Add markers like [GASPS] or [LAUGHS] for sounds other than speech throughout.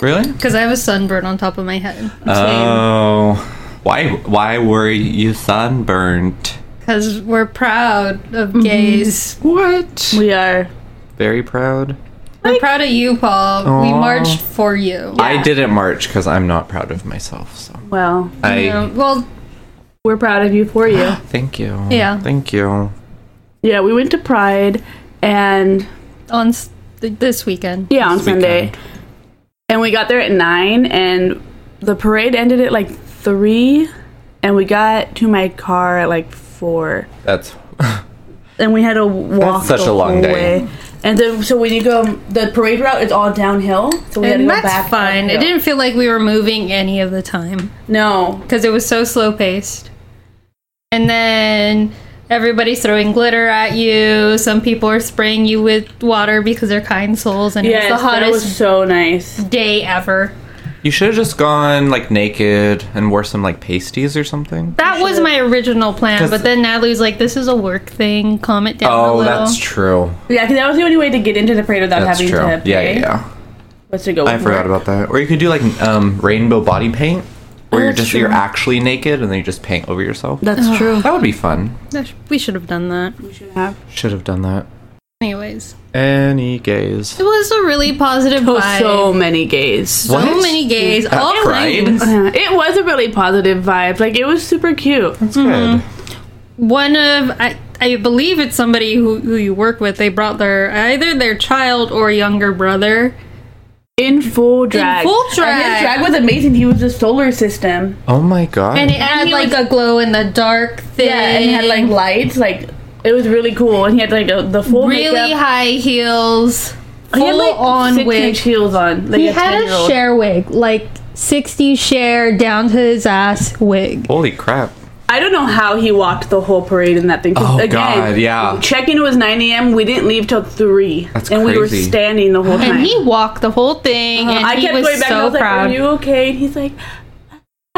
Really? Because I have a sunburn on top of my head. Oh, why? Why were you sunburnt? Because we're proud Mm-hmm. of gays. What? We are. Very proud. We're proud of you, Paul. We Aw. marched for you. I didn't march because I'm not proud of myself. So Well, I You know, well, we're proud of you for [GASPS] you. thank you. Yeah. Thank you. yeah, we went to Pride and on s- th- this weekend. yeah, on This Sunday. weekend. And we got there at 9 and the parade ended at like 3 and we got to my car at like 4. That's [LAUGHS] and we had to walk such the a long whole day. way. And then, so when you go the parade route, it's all downhill. So we had to And go that's back. fine. It uphill. didn't feel like we were moving any of the time No. because it was so slow paced. And then everybody's throwing glitter at you. Some people are spraying you with water because they're kind souls, and Yeah, it was the that hottest was so nice. day ever. you should have just gone like naked and wore some like pasties or something. That was my original plan, 'Cause- but then Natalie's like, "This is a work thing. Calm it down a Oh, little." that's true. Yeah, because that was the only way to get into the parade without That's having true. to Yeah, pay. yeah, yeah. Was to go. I forgot about that. Or you could do like um, rainbow body paint, where you're just you're actually naked and then you just paint over yourself. That's true. That would be fun. That sh- we should have done that. We should have. Should have done that. Anyways, Any gays? it was a really positive [LAUGHS] Oh, vibe. so many gays. [LAUGHS] So What? many gays, At all Pride? kinds. Yeah, It was a really positive vibe. Like it was super cute. That's Mm-hmm. good. One of I, I believe it's somebody who, who you work with. They brought their either their child or younger brother. In full drag. full And his drag. drag was amazing. He was the solar system. Oh my god. And it had he like a glow in the dark thing. Yeah, and he had like lights. Like it was really cool. And he had like a, the full really makeup. high heels, He full had like on six wig. inch heels on. Like He had a 10-year-old. share wig, like 60 share down to his ass wig. Holy crap. I don't know how he walked the whole parade in that thing. 'cause, Oh, God, yeah. Check-in was 9 a.m. We didn't leave till 3. That's and we were crazy. standing the whole time. And he walked the whole thing, and Uh, Uh-huh. I he kept was going back and I so was like, proud [LAUGHS] are you okay? And he's like,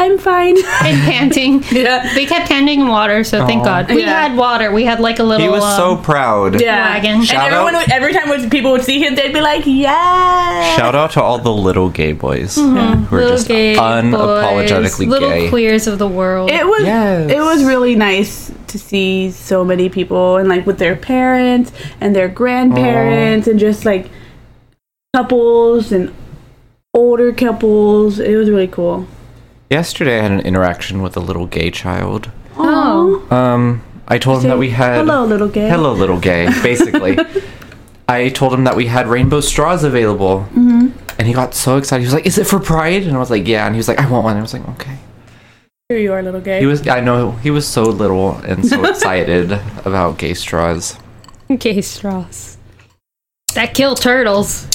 I'm fine. [LAUGHS] and panting. yeah. They kept handing him water, so thank Aw. God we Yeah. had water. We had like a little. He was so um, proud. Yeah. Wagon. And Shout everyone out. would, every time when people would see him, they'd be like, yeah. Shout out to all the little gay boys who are Mm-hmm. little just gay unapologetically boys, little gay. queers of the world. It was Yes. it was really nice to see so many people and like with their parents and their grandparents and just like couples and older couples. It was really cool. Yesterday, I had an interaction with a little gay child. Oh. Aw. Um, I told him that we had hello, little gay. hello, little gay. [LAUGHS] Basically, I told him that we had rainbow straws available, Mm-hmm. and he got so excited. He was like, "Is it for Pride?" And I was like, "Yeah." And he was like, "I want one." I was like, "Okay." Here you are, little gay. He was. I know he was so little and so excited about gay straws. [LAUGHS] Gay straws. That kill turtles.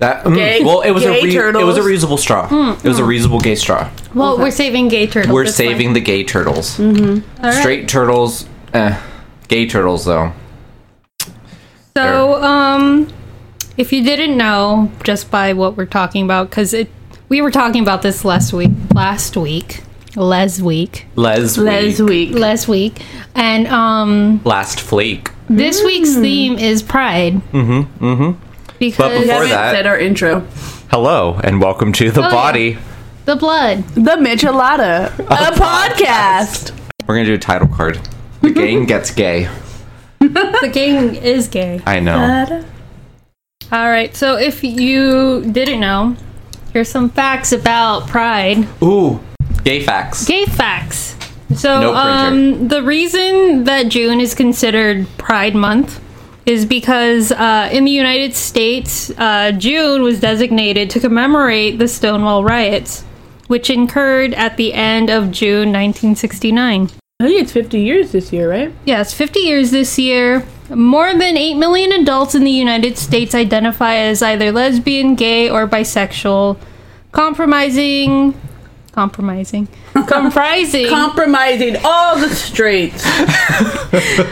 That mm, Gay- well, it was a re- gay it was a turtles. reusable straw. It was a reusable gay straw. Well, we're saving gay turtles. We're that's saving the gay turtles. Mm-hmm. Straight turtles, eh. gay turtles though. fine. So, um, if you didn't know, just by what we're talking about, because it, we were talking about this last week. Last week, les week, Les Les week. week. last week, and um, last flake. this week's theme is pride. Mm-hmm. Mm-hmm. But Because before haven't that- said our intro. Hello and welcome to the yeah. body. the blood. The Michelada, [LAUGHS] a podcast. We're gonna do a title card. The game gets gay. the gang is gay. I Uh, know. All right. So if you didn't know, here's some facts about Pride. Ooh, gay facts. Gay facts. So No printer. um, the reason that June is considered Pride Month is because uh, in the United States, uh, June was designated to commemorate the Stonewall riots, which occurred at the end of June 1969. I think it's 50 years this year, right? Yes, 50 years this year. More than 8 million adults in the United States identify as either lesbian, gay, or bisexual, compromising. [LAUGHS] Compromising. Comprising. Compromising all the straights. we're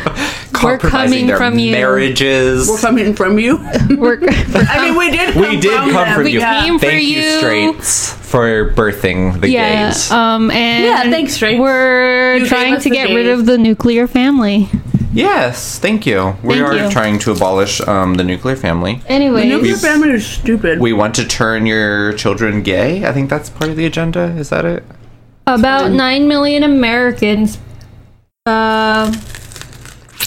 coming Compromising their from you. Marriages. [LAUGHS] We're coming from you. We're- [LAUGHS] I mean, we did. Come we did from come them. from you. Yeah. came for Thank you, you. straights, for birthing the yeah. gays. Um, and Yeah, thanks, straights. We're You gave trying us to the get rid gays. of the nuclear family. Yes, thank you. We Thank are you. trying to abolish um, the nuclear family. Anyway, Nuclear family is stupid. We want to turn your children gay. I think that's part of the agenda. Is that it? about 9 million Americans uh,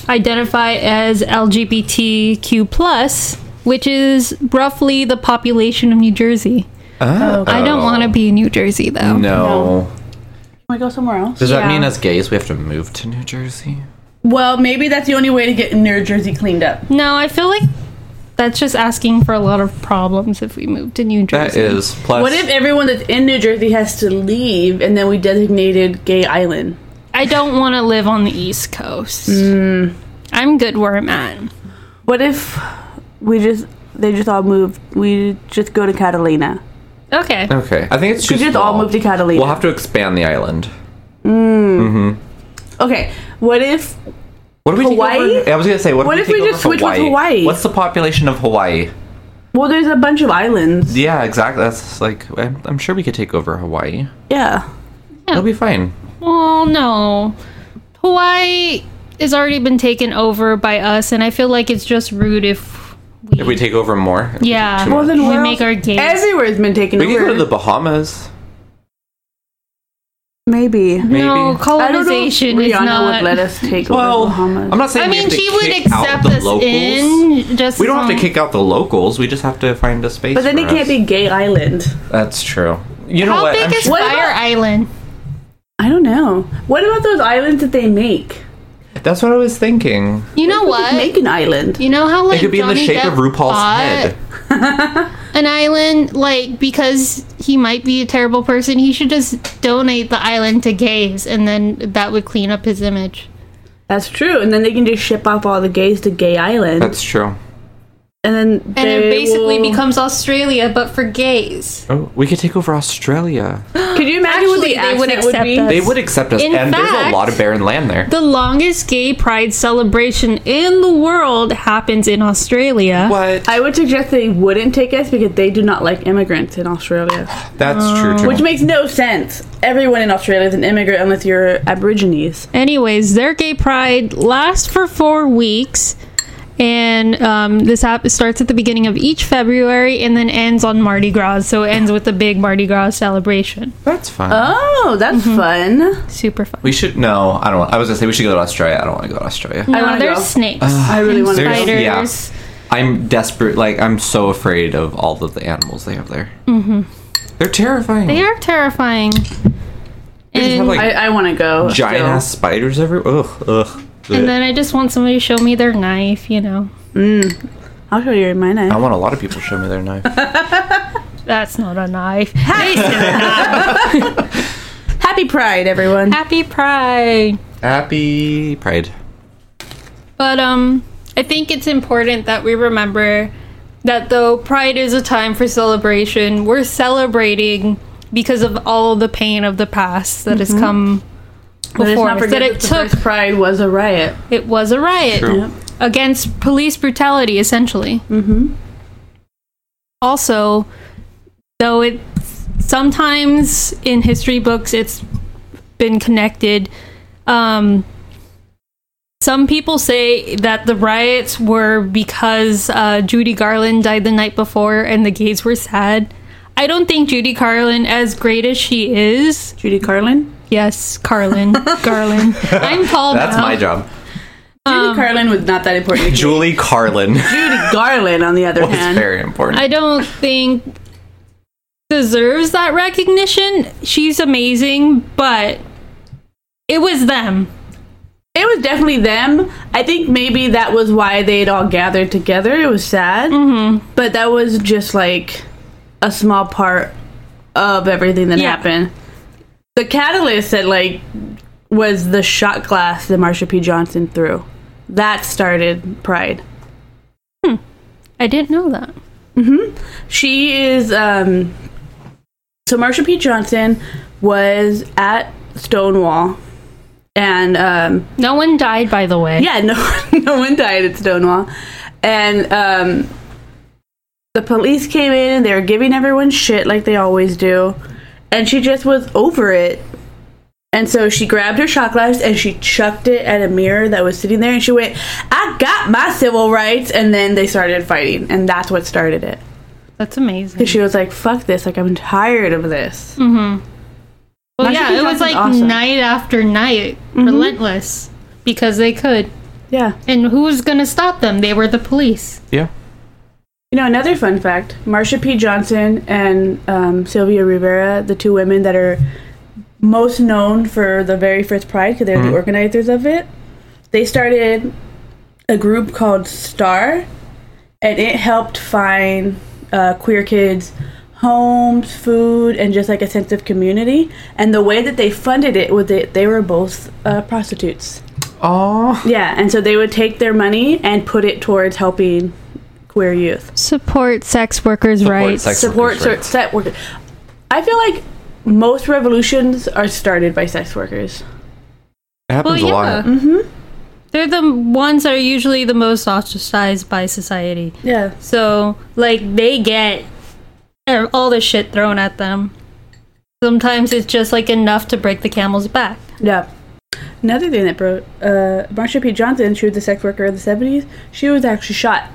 identify as LGBTQ, plus, which is roughly the population of New Jersey. Oh, I don't want to be in New Jersey, though. No. No. Can we go somewhere else? Does that Yeah. mean as gays we have to move to New Jersey? Well, maybe that's the only way to get New Jersey cleaned up. No, I feel like that's just asking for a lot of problems if we move to New Jersey. That is plus. What if everyone that's in New Jersey has to leave and then we designated Gay Island? I don't want to live on the East Coast. Hmm. I'm good where I'm at. What if we just they just all move? We just go to Catalina. Okay. Okay, I think it's too We just all small. move to Catalina. We'll have to expand the island. Okay. What if What do we take Hawaii? over- I was gonna say, what, What if we, take just switch with Hawaii? Hawaii? What's the population of Hawaii? well, there's a bunch of islands. Yeah, exactly. That's like I'm, I'm sure we could take over Hawaii. Yeah. It'll be fine. Well, no. Hawaii has already been taken over by us, and I feel like it's just rude if we. If we take over more, if we Yeah. take too Well, much. then We make our games. Everywhere's been taken we over. can go to the Bahamas. Maybe. no maybe. I don't know if colonization is Rihanna not. would let us take Well, over Bahamas. I'm not saying I we mean, have to she would kick out accept the us locals. in. Just um, We don't have to as kick out the locals. We just have to find a space. but then for it can't us. be Gay Island. That's true. You know long- How what? big I'm is sure- What Fire about- Island? I don't know. What about those islands that they make? That's what I was thinking. You know what? Make an island. You know how like It could be in the Johnny shape Depp of RuPaul's bought head. An island, like because he might be a terrible person, he should just donate the island to gays, and then that would clean up his image. That's true. And then they can just ship off all the gays to Gay Island. That's true. and then And they it basically will- becomes Australia, but for gays. Oh, we could take over Australia. Could you Actually, imagine what they the would accent would accept be? us. They would accept us, In and there's a fact- lot of barren land there. The longest gay pride celebration in the world happens in Australia. What? I would suggest they wouldn't take us because they do not like immigrants in Australia, That's Uh, true. Too. which makes no sense. Everyone in Australia is an immigrant unless you're Aborigines. Anyways, their gay pride lasts for four weeks, and um, this hap- starts at the beginning of each February and then ends on Mardi Gras. So it ends with a big Mardi Gras celebration. That's fine. Oh, that's fun. Super fun. we should. No, I don't. want- I was gonna say we should go to Australia. I don't want to go to Australia. I No, wanna there's go. snakes. I really want to There's- go. Mm. Spiders. I'm desperate. Like I'm so afraid of all of the animals they have there. Mm-hmm. They're terrifying. They are terrifying. just have, And, like, I, I want to go. Giant still. ass spiders everywhere. Ugh, ugh. and then I just want somebody to show me their knife, you know. I'll show you my I knife. want a lot of people to show me their knife. [LAUGHS] That's not a [LAUGHS] knife. It's a knife. Happy Pride, everyone. Happy Pride. Happy Pride. But um I think it's important that we remember that though pride is a time for celebration, we're celebrating because of all the pain of the past that has come Mm-hmm. Let's before not us. forget That it that the took first Pride was a riot. it was a riot True. against police brutality essentially. Mhm. Also, though it sometimes in history books it's been connected um some people say that the riots were because uh, Judy Garland died the night before and the gays were sad. I don't think Judy Garland, as great as she is, Judy Carlin. yes, Carlin, Garland. I'm Paul. That's now. my job. Um, Judy Carlin was not that important. [LAUGHS] Judy Julie Carlin [LAUGHS] was Garland, on the other hand, very important. I don't think deserves that recognition. She's amazing, but it was them. it was definitely them. I think maybe that was why they'd all gathered together. It was sad, but that was just like a small part of everything that Yeah. happened. The catalyst that like was the shot glass that Marsha P. Johnson threw. That started Pride. I didn't know that. She is um so Marsha P. Johnson was at Stonewall and um No one died, by the way. Yeah, no, [LAUGHS] no one died at Stonewall, and um, the police came in and they were giving everyone shit like they always do, and she just was over it, And so she grabbed her shock glass and she chucked it at a mirror that was sitting there and she went, I got my civil rights. And then they started fighting. And that's what started it. That's amazing. Because she was like, fuck this. Like, I'm tired of this. Well, Imagine yeah, if it that was was like awesome. night after night, relentless, because they could. Yeah. And who was going to stop them? They were the police. Yeah. You know, another fun fact Marsha P. Johnson and um, Sylvia Rivera, the two women that are most known for the very first Pride, because they're the organizers of it, they started a group called STAR, and it helped find uh, queer kids homes, food, and just like a sense of community. And the way that they funded it was that they were both uh, prostitutes. Oh. Yeah, and so they would take their money and put it towards helping queer youth. Support sex workers' rights. sex- support workers' cer- rights. sex workers. I feel like most revolutions are started by sex workers. It happens Well, a yeah. lot. They're the ones that are usually the most ostracized by society. Yeah. So, like, they get er- all the shit thrown at them. Sometimes it's just like enough to break the camel's back. Yeah. Another thing that broke uh, Marsha P. Johnson, she was a sex worker of the 70s. She was actually shot.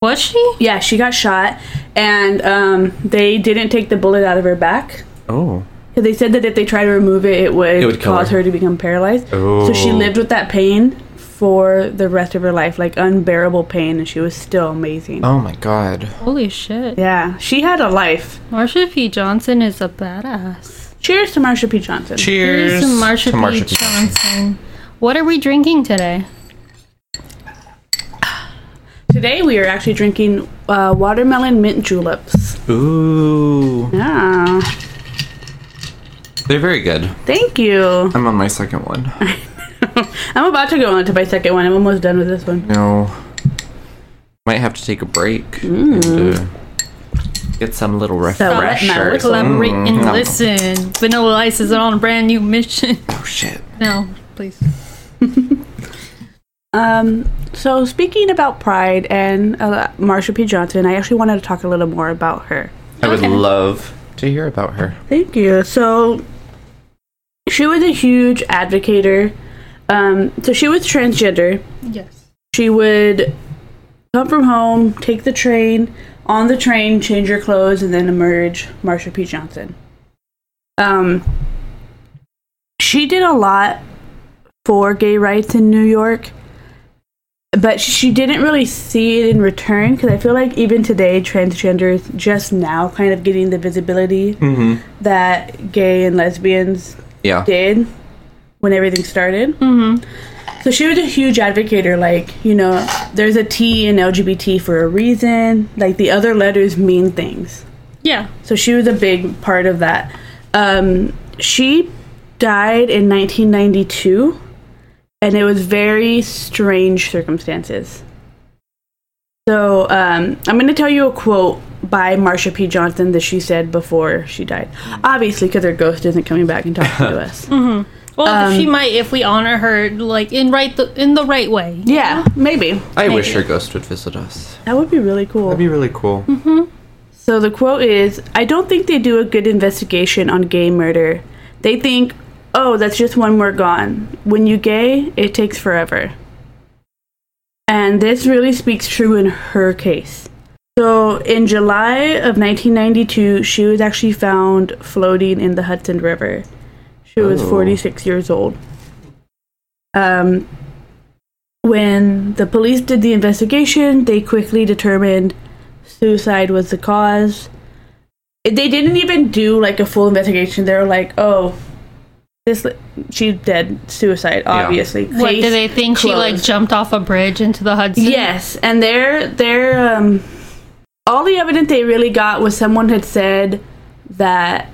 Was she? Yeah, she got shot, and um, they didn't take the bullet out of her back. Oh. 'Cause They said that if they tried to remove it, it would, It would kill cause her. her. to become paralyzed. Oh. So she lived with that pain for the rest of her life, like unbearable pain, and she was still amazing. Oh my god. Holy shit. Yeah, she had a life. Marsha P. Johnson is a badass. Cheers to Marsha P. Johnson. Cheers. Here's some Marsha, to P. Johnson. What are we drinking today? Today we are actually drinking uh, watermelon mint juleps. Ooh. Yeah, They're very good. thank you. I'm on my second one. I'm about to go on to my second one. I'm almost done with this one. No. Might have to take a break. And, uh, get some little So let my refresher. little- Collaborate and Mm. listen. Vanilla Ice is on a brand new mission. [LAUGHS] oh shit. no, please. Um, so speaking about Pride and uh, Marsha P. Johnson, I actually wanted to talk a little more about her. I would Okay. love to hear about her. Thank you. So she was a huge advocator. Um, so she was transgender. Yes. she would come from home, take the train, on the train, change her clothes, and then emerge Marsha P. Johnson. Um, she did a lot for gay rights in New York, but she didn't really see it in return because I feel like even today, transgender is just now kind of getting the visibility Mm-hmm. that gay and lesbians Yeah. did when everything started. Mm-hmm. So she was a huge advocator. Like, you know, there's a T in LGBT for a reason. Like, the other letters mean things. Yeah. So she was a big part of that. Um, she died in 1992, and it was very strange circumstances. So um, I'm going to tell you a quote by Marsha P. Johnson that she said before she died. Obviously, because her ghost isn't coming back and talking to us. Well, she might if we honor her like in right the in the right way. Yeah, maybe. I wish Maybe. her ghost would visit us. That would be really cool. That'd be really cool. so the quote is I don't think they do a good investigation on gay murder. They think, oh, that's just one more gone. When you gay, it takes forever. And this really speaks true in her case. So in July of 1992, she was actually found floating in the Hudson River. She was Oh. 46 years old. Um, when the police did the investigation, they quickly determined suicide was the cause. They didn't even do like a full investigation. They were like, "Oh, this li- she's dead, suicide, Yeah. obviously." What do Case they think she like closed. jumped off a bridge into the Hudson? Yes, and their their um, all the evidence they really got was someone had said that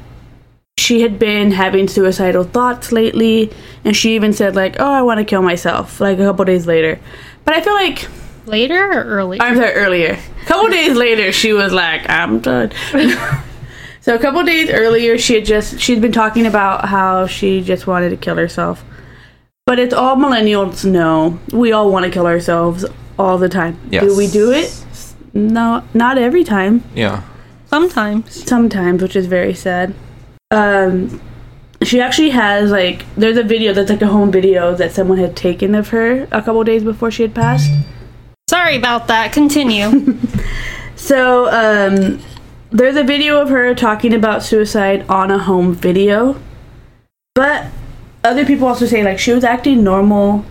she had been having suicidal thoughts lately, and she even said like, "Oh, I want to kill myself." Like a couple days later, but I feel like Later or early? I'm sorry, earlier. A couple days later, she was like, "I'm done." so a couple days earlier, she had just she'd been talking about how she just wanted to kill herself. But it's all millennials know. We all want to kill ourselves all the time. Do we do it? No, not every time [LAUGHS] Yeah. Sometimes. sometimes, which is very sad. Um, she actually has like there's a video that's like a home video that someone had taken of her a couple days before she had passed. Sorry about that. [LAUGHS] Continue. So um, there's a video of her talking about suicide on a home video, but other people also say like she was acting normal.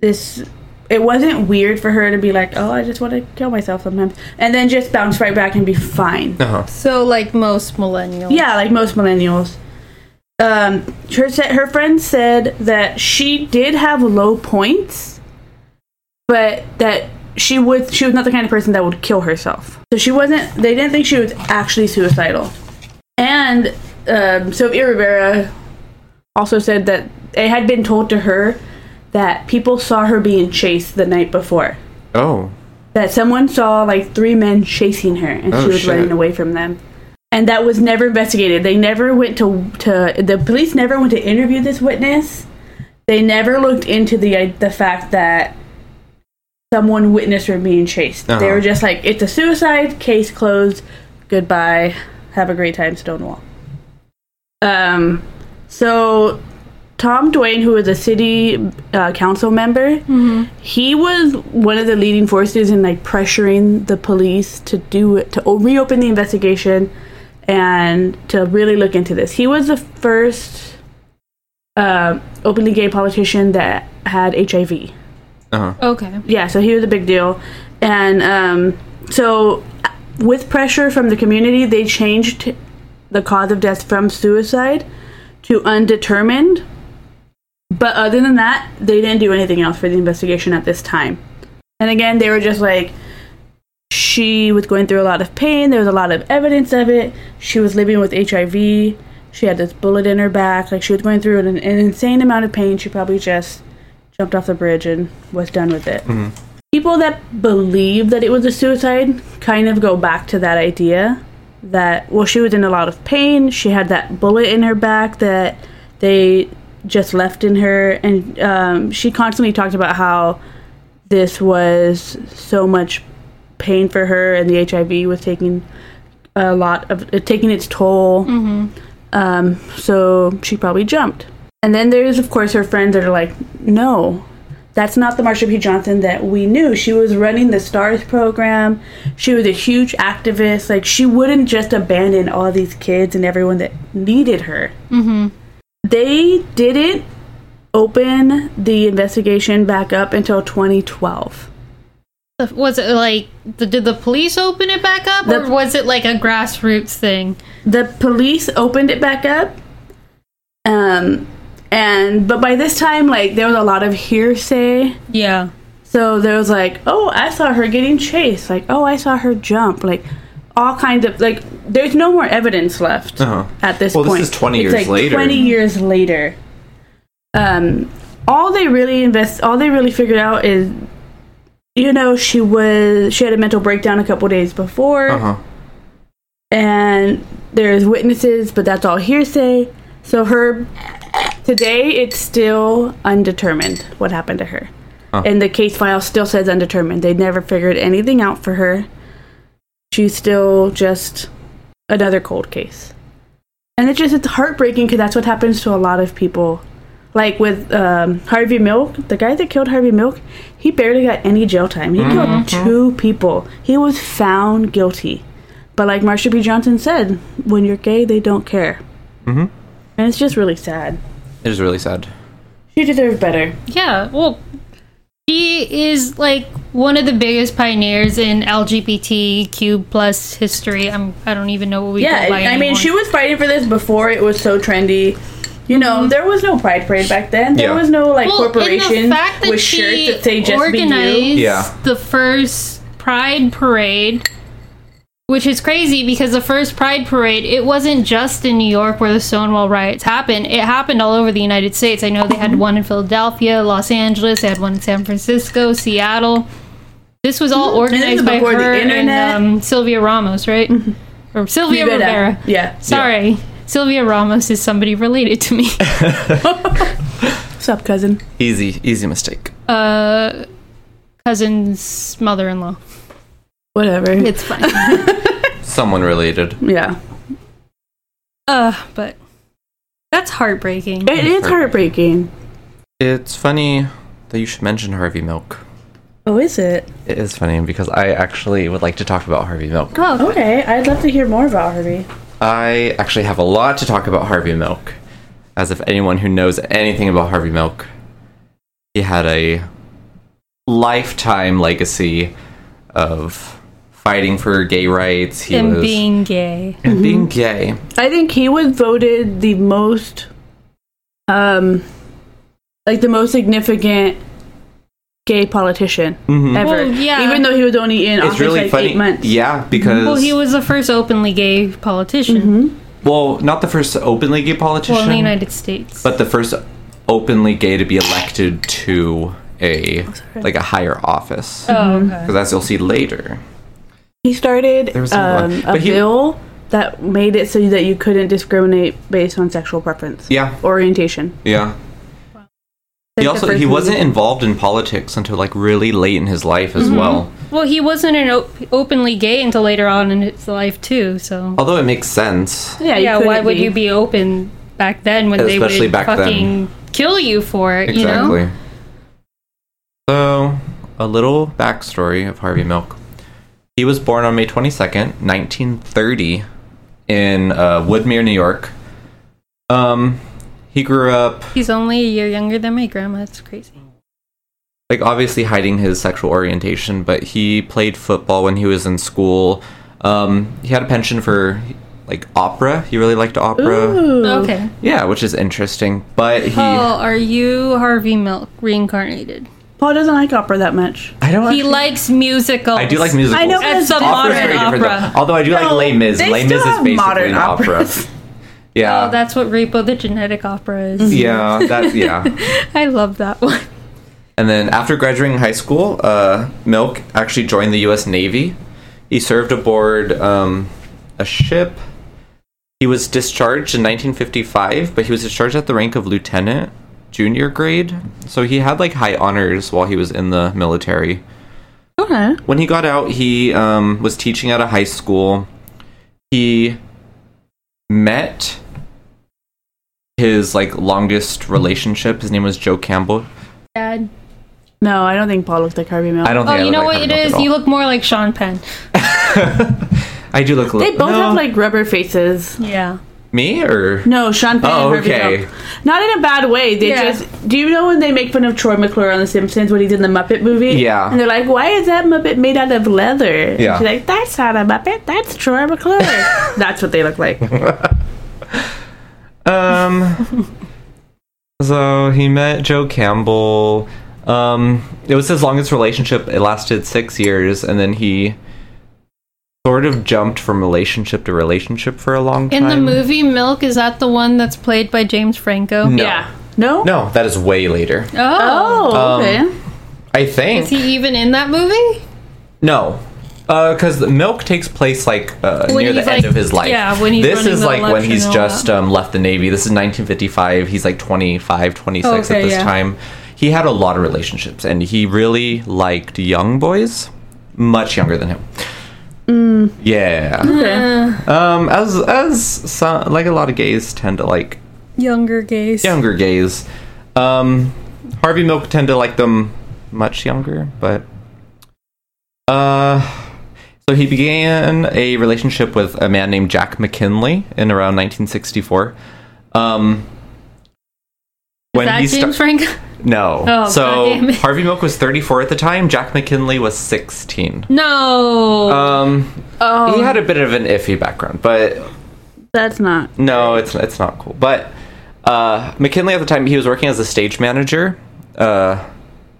This it wasn't weird for her to be like, oh, I just want to kill myself sometimes, and then just bounce right back and be fine. Uh-huh. so, like most millennials. Yeah, like most millennials. Um, her sa- her friend said that she did have low points, but that she would she was not the kind of person that would kill herself. So she wasn't. They didn't think she was actually suicidal. And um, Sofia Rivera also said that it had been told to her that people saw her being chased the night before. Oh. That someone saw like three men chasing her, and she Oh, was shit. running away from them and that was never investigated. They never went to to the police never went to interview this witness. They never looked into the uh, the fact that someone witnessed her being chased. They Uh-huh. were just like, "It's a suicide case closed. Goodbye. Have a great time, Stonewall." Um, so Tom Dwayne, who is a city uh, council member, he was one of the leading forces in like pressuring the police to do it to o- reopen the investigation and to really look into this. He was the first uh, openly gay politician that had HIV. Uh-huh. Okay. Yeah, so he was a big deal, and um, so uh, with pressure from the community, they changed the cause of death from suicide to undetermined. But other than that, they didn't do anything else for the investigation at this time. And again, they were just like, she was going through a lot of pain. There was a lot of evidence of it. She was living with HIV. She had this bullet in her back. Like, she was going through an, an insane amount of pain. She probably just jumped off the bridge and was done with it. People that believe that it was a suicide kind of go back to that idea that, well, she was in a lot of pain. She had that bullet in her back that they just left in her. And um, she constantly talked about how this was so much pain for her, and the HIV was taking a lot of uh, taking its toll. Um, so she probably jumped. And then there's of course her friends that are like, no, that's not the Marsha P. Johnson that we knew. She was running the STARS program. She was a huge activist. Like she wouldn't just abandon all these kids and everyone that needed her. Mm-hmm. They didn't open the investigation back up until 2012. The- Was it like the, did the police open it back up, The- or was it like a grassroots thing? the police opened it back up um and but by this time like there was a lot of hearsay Yeah. so there was like oh i saw her getting chased like oh i saw her jump like all kinds of like there's no more evidence left Uh-huh. at this Well, this point is 20 It's, years like, later. 20 years later um all they really invest all they really figured out is you know she was she had a mental breakdown a couple days before Uh-huh. and there's witnesses, but that's all hearsay. So her today it's still undetermined what happened to her. And the case file still says undetermined. They never figured anything out for her. She's still just another cold case. And it's just it's heartbreaking because that's what happens to a lot of people. Like with um, Harvey Milk, the guy that killed Harvey Milk, he barely got any jail time. He killed two people. He was found guilty. But like Marsha B. Johnson said, when you're gay, they don't care. Mm-hmm. And it's just really sad. It is really sad. She deserved better. Yeah. Well, he is like one of the biggest pioneers in LGBTQ plus history. I'm. I don't even know what we. go Yeah, by I mean, anymore. she was fighting for this before it was so trendy. You know, there was no pride parade back then. There Yeah. was no like Mm-hmm. Well, and the corporation fact that with she shirts that say "Just be you." organized Yeah. the first Pride Parade, which is crazy because the first Pride Parade, it wasn't just in New York where the Stonewall riots happened. It happened all over the United States. I know they had one in Philadelphia, Los Angeles. They had one in San Francisco, Seattle. This was all Mm-hmm. this is organized by before the her and internet. Mm-hmm. um, Sylvia Ramos, right? Or Sylvia You go down. Rivera. Yeah. Sorry. Sylvia Ramos is somebody related to me. [LAUGHS] What's up, cousin? Easy, easy mistake. uh, cousin's mother-in-law. Whatever. It's [LAUGHS] fine. Someone related. yeah. uh, but That's heartbreaking. It is heartbreaking. It's funny that you should mention Harvey Milk. Oh, is it? It is funny because I actually would like to talk about Harvey Milk. Oh, Okay, I'd love to hear more about Harvey. I actually have a lot to talk about Harvey Milk, as if anyone who knows anything about Harvey Milk, he had a lifetime legacy of fighting for gay rights. He and was being Mm-hmm. gay. and being gay. I think he was voted the most, um, like the most significant gay politician ever. Well, yeah. Even though he was only in Mm-hmm. It's office really like funny. eight months. Yeah, because Well, he was the first openly gay politician well, not the first openly gay politician. well, in the United States. but the first openly gay to be elected to a like a higher office because oh, okay. as you'll see later He started There was another um, one. a But he- bill that made it so that you couldn't discriminate based on sexual preference, yeah orientation. yeah he also he wasn't involved in politics until like really late in his life Mm-hmm. as well Well, he wasn't an op- openly gay until later on in his life too. So although it makes sense Yeah, yeah, couldn't why would you be open back then when Especially they would back then. fucking kill you for it? exactly You know. so a little backstory of harvey milk he was born on may 22nd 1930 in uh, woodmere new york um he grew up He's only a year younger than my grandma. It's crazy. like obviously hiding his sexual orientation, but he played football when he was in school. Um, he had a penchant for like opera. He really liked opera. Ooh. Okay. Yeah, which is interesting. But he, Oh, Paul, are you Harvey Milk reincarnated? Paul doesn't like opera [LAUGHS] that much. I don't. He actually- likes musicals. I do like musicals. I know, but That's a Opera's modern very opera. different, Though. Although I do like No, Les Mis. they Les Mis still is have basically modern an opera. operas. [LAUGHS] Yeah. Oh, that's what Repo the Genetic Opera is. yeah. That. [LAUGHS] Yeah. I love that one. And then after graduating high school, uh, Milk actually joined the U.S. Navy. He served aboard um, a ship. He was discharged in 1955, but he was discharged at the rank of lieutenant, junior grade. So he had like high honors while he was in the military. Okay. When he got out, he um, was teaching at a high school. He met his like longest relationship. His name was Joe Campbell. Dad. No, I don't think Paul looks like Harvey Milk. I don't. Oh, Think I you look know like what Harvey it Milk at is? all. You look more like Sean Penn. I do look. a They little- both no. have like rubber faces. Yeah. me or No, Sean Penn Oh, and Harvey okay. Milk. Not in a bad way. They Yeah. just do you know when they make fun of Troy McClure on The Simpsons when he's in the Muppet movie? Yeah. And they're like, Why is that Muppet made out of leather? And Yeah. she's like, That's not a Muppet, that's Troy McClure. that's what they look like. um. [LAUGHS] so he met Joe Campbell. Um, it was his longest relationship. It lasted six years, and then he sort of jumped from relationship to relationship for a long time. In the movie Milk, is that the one that's played by James Franco? No. Yeah. No? No, that is way later. Oh. Oh, Um, okay. I think Is he even in that movie? no. Because the milk takes place like uh, When near the he's, end like- of his life. yeah, when he's this running is the like when election he's and all just that. um, left the Navy. This is 1955. He's like 25, 26 Oh, Okay, at this yeah. time. He had a lot of relationships, and he really liked young boys, much younger than him. Mm. Yeah. Okay. Um, as as some, like a lot of gays tend to like Younger gays. younger gays. Um, Harvey Milk tend to like them much younger, but uh, so he began a relationship with a man named Jack McKinley in around 1964. Um, Is that sta- James Franco? [LAUGHS] no, Oh, so goddamn it. Harvey Milk was 34 at the time. Jack McKinley was 16. No. Um, Oh. he had a bit of an iffy background, but That's not no, it's it's not cool. But uh, McKinley at the time he was working as a stage manager. Uh,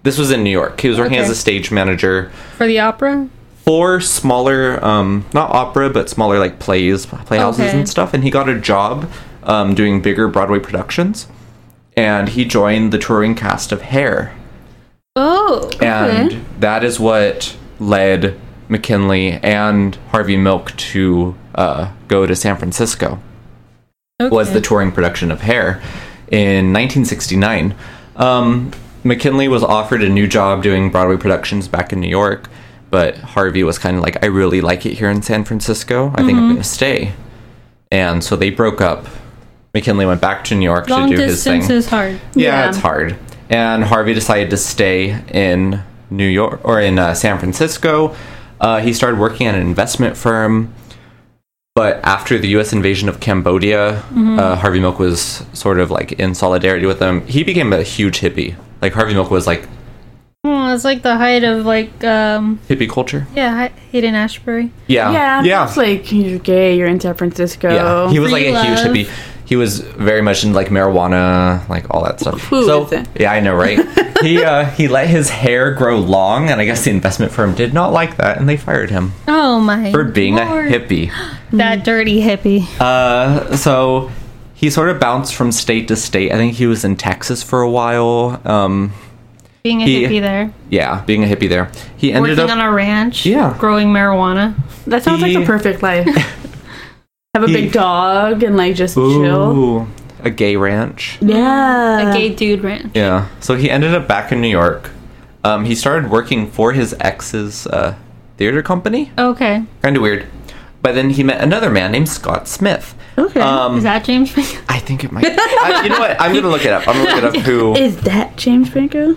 this was in New York. He was working Okay. as a stage manager For the opera? for smaller, um, not opera, but smaller like plays, playhouses Okay. and stuff. And he got a job um, doing bigger Broadway productions. And he joined the touring cast of Hair, Oh. and that is what led McKinley and Harvey Milk to uh, go to San Francisco was the touring production of Hair in 1969. Um, McKinley was offered a new job doing Broadway productions back in New York, but Harvey was kind of like, I really Mm-hmm. like it here in San Francisco. I think I'm going to stay. And so they broke up McKinley went back to New York Long to do his thing. distance is hard. yeah, Yeah. it's hard. And Harvey decided to stay in New York or in uh, San Francisco. Uh, he started working at an investment firm. But after the U.S. invasion of Cambodia, uh, Harvey Milk was sort of like in solidarity with them. He became a huge hippie. Like Harvey Milk was like Well, Oh, it's like the height of like um hippie culture. yeah, Hay- Hayden Ashbury. Yeah, yeah, It's like you're gay. You're in San Francisco. Yeah, he was like Free a love. huge hippie. He was very much in like marijuana, like all that stuff. Who so isn't? yeah, I know, [LAUGHS] right? he uh, he let his hair grow long, and I guess the investment firm did not like that, and they fired him Oh my. for being lord. a hippie. That dirty hippie. Uh, so he sort of bounced from state to state. I think he was in Texas for a while. Um, Being a he- hippie there. yeah, being a hippie there. He ended Working up on a ranch. Yeah. Growing marijuana. that sounds like He- the [LAUGHS] perfect life. Have a He- big dog and like just chill. ooh, a gay ranch. Yeah, a gay dude ranch. Yeah. So he ended up back in New York. Um, he started working for his ex's uh, theater company. Okay. Kind of weird. But then he met another man named Scott Smith. Okay. Um, Is that James [LAUGHS] Franco? I think it might. I, you know what? I'm gonna look it up. I'm gonna look it [LAUGHS] up. Who? Is that James Franco?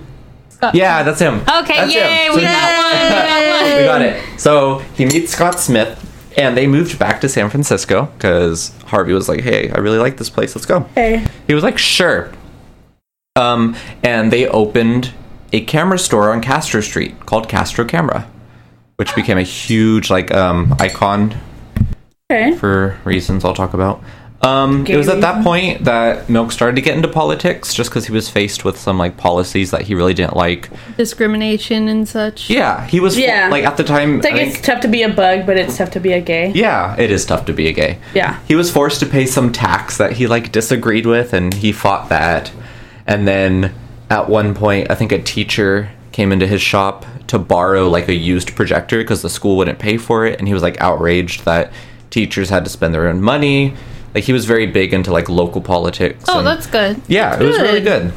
Yeah, that's him. Okay, that's yay, him. we got one, we [LAUGHS] got one. We got it. So he meets Scott Smith, and they moved back to San Francisco because Harvey was like, "Hey, I really like this place. Let's go." Hey. He was like, sure. Um, and they opened a camera store on Castro Street called Castro Camera, which became a huge like um, icon Okay. for reasons I'll talk about. Um, it Gay was at that point that Milk started to get into politics just because he was faced with some like policies that he really didn't like. Discrimination and such. Yeah, he was Yeah. like at the time. It's like I think- it's tough to be a bug, but it's tough to be a gay. Yeah, it is tough to be a gay. Yeah. He was forced to pay some tax that he like disagreed with and he fought that. And then at one point, I think a teacher came into his shop to borrow like a used projector because the school wouldn't pay for it and he was like outraged that teachers had to spend their own money. Like he was very big into like local politics. Oh, and- that's good. Yeah, it was really good.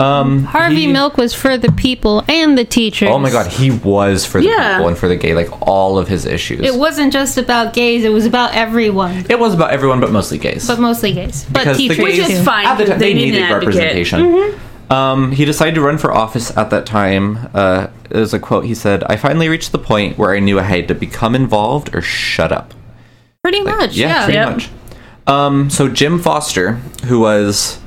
Um Harvey he- Milk was for the people and the teachers. Oh my god, he was for the Yeah. people and for the gay, like all of his issues. It wasn't just about gays, it was about everyone. it was about everyone but mostly gays. But mostly gays. But Because the teachers gays- Which too. is fine. at the time, because they, need needed an advocate. Mm-hmm. representation. Um, he decided to run for office at that time. Uh, there's a quote. He said, "I finally reached the point where I knew I had to become involved or shut up." Pretty much, yeah. pretty Yep. much. Um, so Jim Foster, who was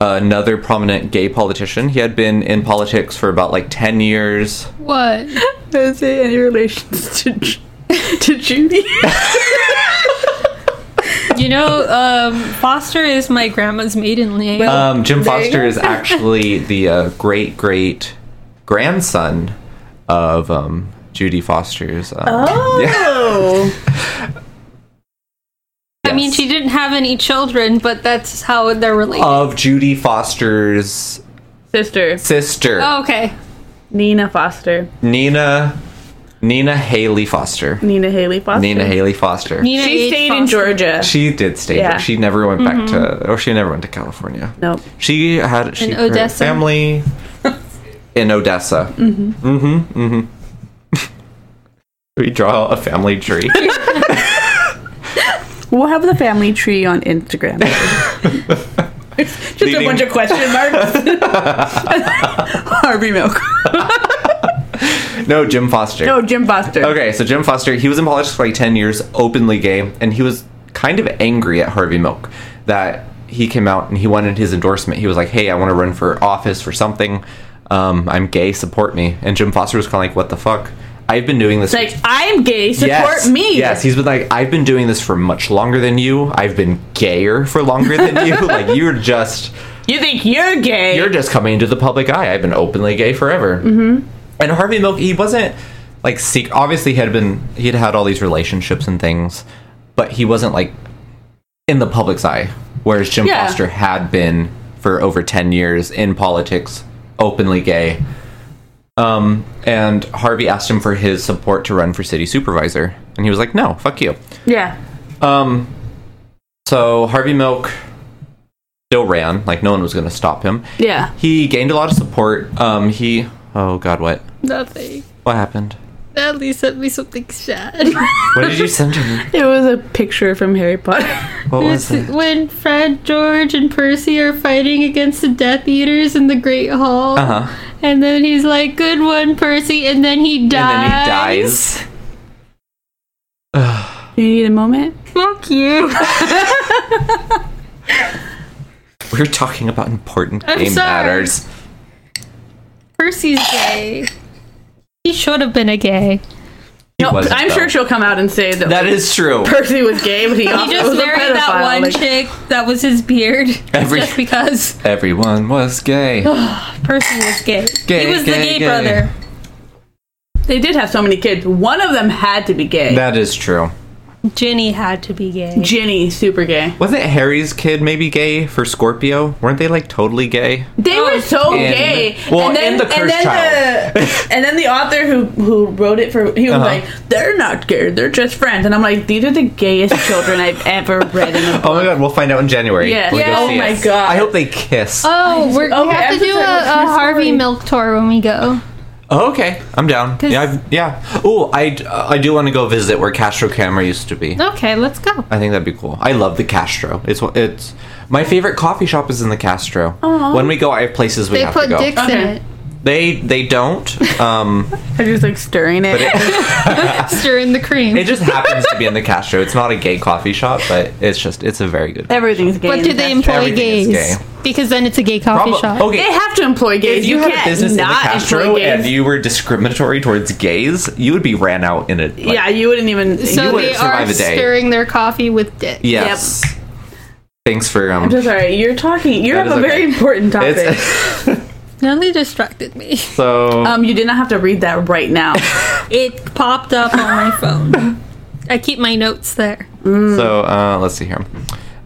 another prominent gay politician, he had been in politics for about like ten years. What? Is it any relations to Ju- [LAUGHS] [LAUGHS] to Judy? You know, um, Foster is my grandma's maiden name. Um, Jim There you Foster go. [LAUGHS] is actually the uh, great great grandson of um, Judy Foster's. Um, oh. I mean, she didn't have any children, but that's how they're related. of Judy Foster's Sister sister, oh, okay. Nina Foster. Nina Nina Haley Foster. Nina Haley Foster. Nina Haley Foster. Nina She H. stayed in Foster. Georgia. she did stay Yeah. there. She never went back to or she never went to California. nope. She had she Mm-hmm. In her Odessa? [LAUGHS] family in Odessa. Mm-hmm. Mm-hmm. Mm-hmm. [LAUGHS] we draw a [LAUGHS] family tree. We'll have the family tree [LAUGHS] on Instagram. Just Leading- a bunch of question marks. [LAUGHS] [LAUGHS] Harvey Milk. no, Jim Foster. No, Jim Foster. Okay, so Jim Foster, he was in politics for like 10 years, openly gay, and he was kind of angry at Harvey Milk that he came out and he wanted his endorsement. He was like, hey, I want to run for office for something. Um, I'm gay, support me. And Jim Foster was kind of like, what the fuck? I've been doing this. Like I'm gay. Support Yes, me. Yes, he's been like, I've been doing this for much longer than you. I've been gayer for longer than you. [LAUGHS] like, you're just You think you're gay? you're just coming into the public eye. I've been openly gay forever. Mm-hmm. And Harvey Milk, he wasn't like seek. Obviously, he had been he'd had all these relationships and things, but he wasn't like in the public's eye. Whereas Jim Yeah. Foster had been for over ten years in politics, openly gay. Um, and Harvey asked him for his support to run for city supervisor, and he was like, "No, fuck you." yeah. Um, so Harvey Milk still ran. Like no one was going to stop him. Yeah. He gained a lot of support. Um, he oh god, what Nothing. what happened? Natalie sent me something sad. [LAUGHS] [LAUGHS] What did you send to me? It was a picture from Harry Potter. [LAUGHS] What was It's [LAUGHS] it? when Fred, George, and Percy are fighting against the Death Eaters in the Great Hall. Uh huh. And then he's like, good one, Percy. And then he And dies. then he dies. Do you need a moment? Fuck you. [LAUGHS] We're talking about important I'm game sorry. matters. Percy's gay. He should have been a gay. He No, wasn't, I'm though. sure she'll come out and say that, That is true. Percy was gay, but [LAUGHS] he, He also just was a married that pedophile. one Like, chick that was his beard. [LAUGHS] Every- just because Everyone was [SIGHS] gay. Percy was gay. Gay, he was the gay, gay, gay. brother. They did have so many kids. One of them had to be gay. that is true. Ginny had to be gay. Ginny, super gay. Wasn't Harry's kid maybe gay for Scorpio? Weren't they like totally gay? They Oh, were so in- gay. well, in the Cursed then the, and then the author who who wrote it for he was Uh-huh. like, they're not gay, they're just friends. And I'm like, these are the gayest children I've [LAUGHS] ever read in a book. Oh my god, we'll find out in January. Yeah. When we go Yeah. see Oh my it. God. Uh, I hope they kiss. Oh, we're, okay, we have to I'm do sorry, a, I'm a sorry. Harvey Milk tour when we go. Oh, okay, I'm down. 'Cause- Yeah, I've, yeah. Oh, I I do want to go visit where Castro Camera used to be. Okay, let's go. I think that'd be cool. I love the Castro. It's one- it's my favorite coffee shop is in the Castro. Aw. When we go, I have places we They have put to go. dicks in Okay. it. They they don't. [LAUGHS] Um, I'm just like stirring it. [LAUGHS] Stir in the cream. it just happens to be in the Castro. It's not a gay coffee shop, but it's just it's a very good. [LAUGHS] Everything's gay. but in do they Castro. employ Everything is gays? gay. Because then it's a gay coffee Prob- shop. Okay, They have to employ gays. if you, had can't a business in the not Castro employ gays. and you were discriminatory towards gays, you would be ran out in a like, yeah, you wouldn't even. So you they wouldn't are survive a day. stirring their coffee with dicks. Yes. Thanks for um. I'm just sorry. You're talking. You That have a is very okay. important topic. [LAUGHS] It's, Nelly distracted me. so um, you did not have to read that [LAUGHS] right now. [LAUGHS] It popped up on my phone. I keep my notes there. so uh, let's see here.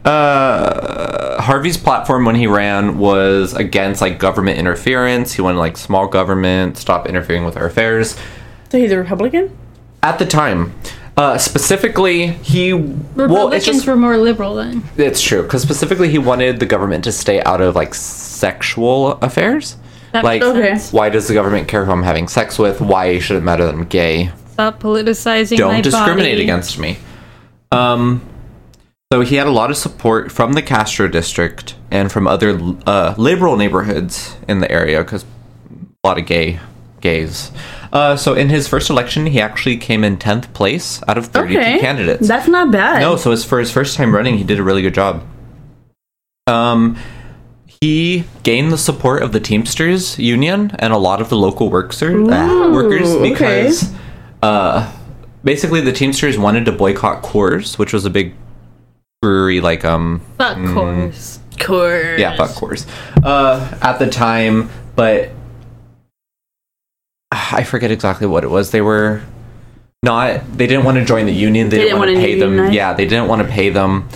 Uh, Harvey's platform when he ran was against like government interference. He wanted like small government stop interfering with our affairs. so he's a Republican. At the time, uh, specifically, he well, Republicans it's just were more liberal then. it's true because specifically he wanted the government to stay out of like sexual affairs. That like, makes Okay. sense. why does the government care who I'm having sex with? Why should it matter that I'm gay? Stop politicizing don't my discriminate body. against me. Um, so he had a lot of support from the Castro district and from other uh, liberal neighborhoods in the area because a lot of gay gays. Uh, so in his first election, he actually came in tenth place out of thirty-two candidates. That's not bad. No, so as for his first time running, he did a really good job. Um, he gained the support of the Teamsters Union and a lot of the local workers uh, workers okay. because uh, basically the Teamsters wanted to boycott Coors, which was a big brewery like um Fuck course. Course. yeah, fuck Coors. Uh, at the time, but I forget exactly what it was. They were not. They didn't want to join the union. They, didn't, want to pay them. unionize? Yeah, they didn't want to pay them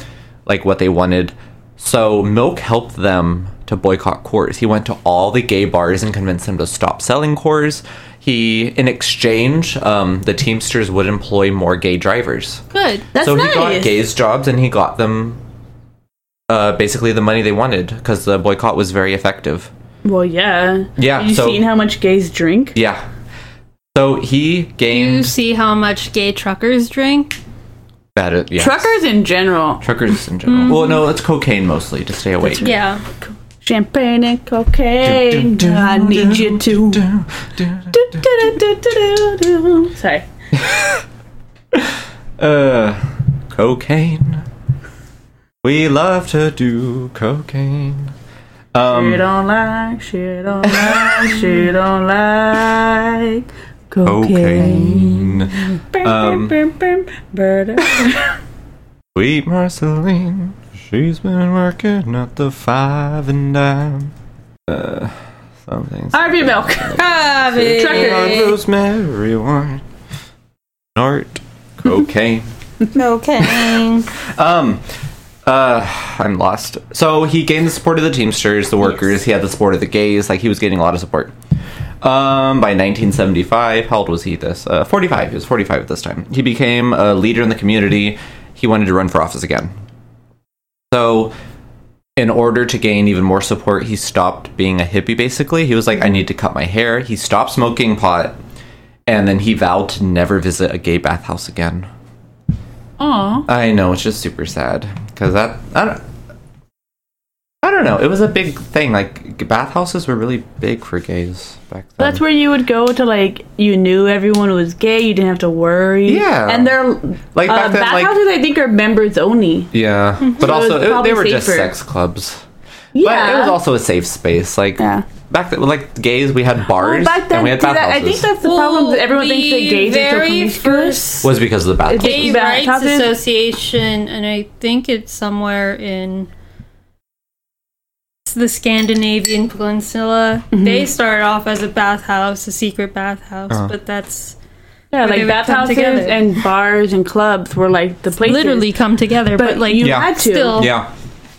like what they wanted. So Milk helped them to boycott Coors. He went to all the gay bars and convinced them to stop selling Coors. He, in exchange, um, the Teamsters would employ more gay drivers Good. That's so nice. he got gays jobs and he got them uh, basically the money they wanted because the boycott was very effective. Well, yeah. Yeah, You so- seen how much gays drink? Yeah. So he You gained see how much gay truckers drink? that. uh, Yes. Truckers Mm-hmm. in general. Truckers in general. Well, no, it's cocaine mostly to stay awake. Yeah. Champagne and cocaine. I need you to. Do, do, do, do, do, do, do. Sorry. Uh, cocaine. We love to do cocaine. She Um, don't like, she don't like, she don't like cocaine. cocaine. Um, Brum, brum, brum, brum. Sweet Marceline, she's been working at the five and dime. Uh, something. Harvey Milk. Harvey. Trucker. On rosemary wine, Nort, cocaine. Okay. um, uh, I'm lost. So he gained the support of the Teamsters, the workers. He had the support of the gays. Like he was getting a lot of support. Um, by 1975, how old was he? This uh, 45. He was 45 at this time. He became a leader in the community. He wanted to run for office again. So, in order to gain even more support, he stopped being a hippie. Basically, he was like, "I need to cut my hair." He stopped smoking pot, and then he vowed to never visit a gay bathhouse again. Aw. I know it's just super sad because that I don't. I don't know. It was a big thing. Like bathhouses were really big for gays back then. That's where you would go to like you knew everyone was gay. You didn't have to worry. Yeah. and they're Like, back like uh, then, like- bathhouses. I think are members only. yeah, but Mhm. So it was also it, they probably were just safer. sex clubs. Yeah, But it was also a safe space. Like Yeah. back then, like gays, we had bars Oh, back then. and we had see, that- bathhouses. I think that's the problem. That everyone thinks that gays the are so very promiscuous. first was because of the bathhouses. Gay Back Rights topic. Association, and I think it's somewhere in the Scandinavian peninsula. Mm-hmm. They started off as a bathhouse, a secret bathhouse, Uh-huh. but that's Yeah, they like would come bathhouses together. and bars and clubs were like the places. literally come together. But, But like you Yeah. had to. still, yeah,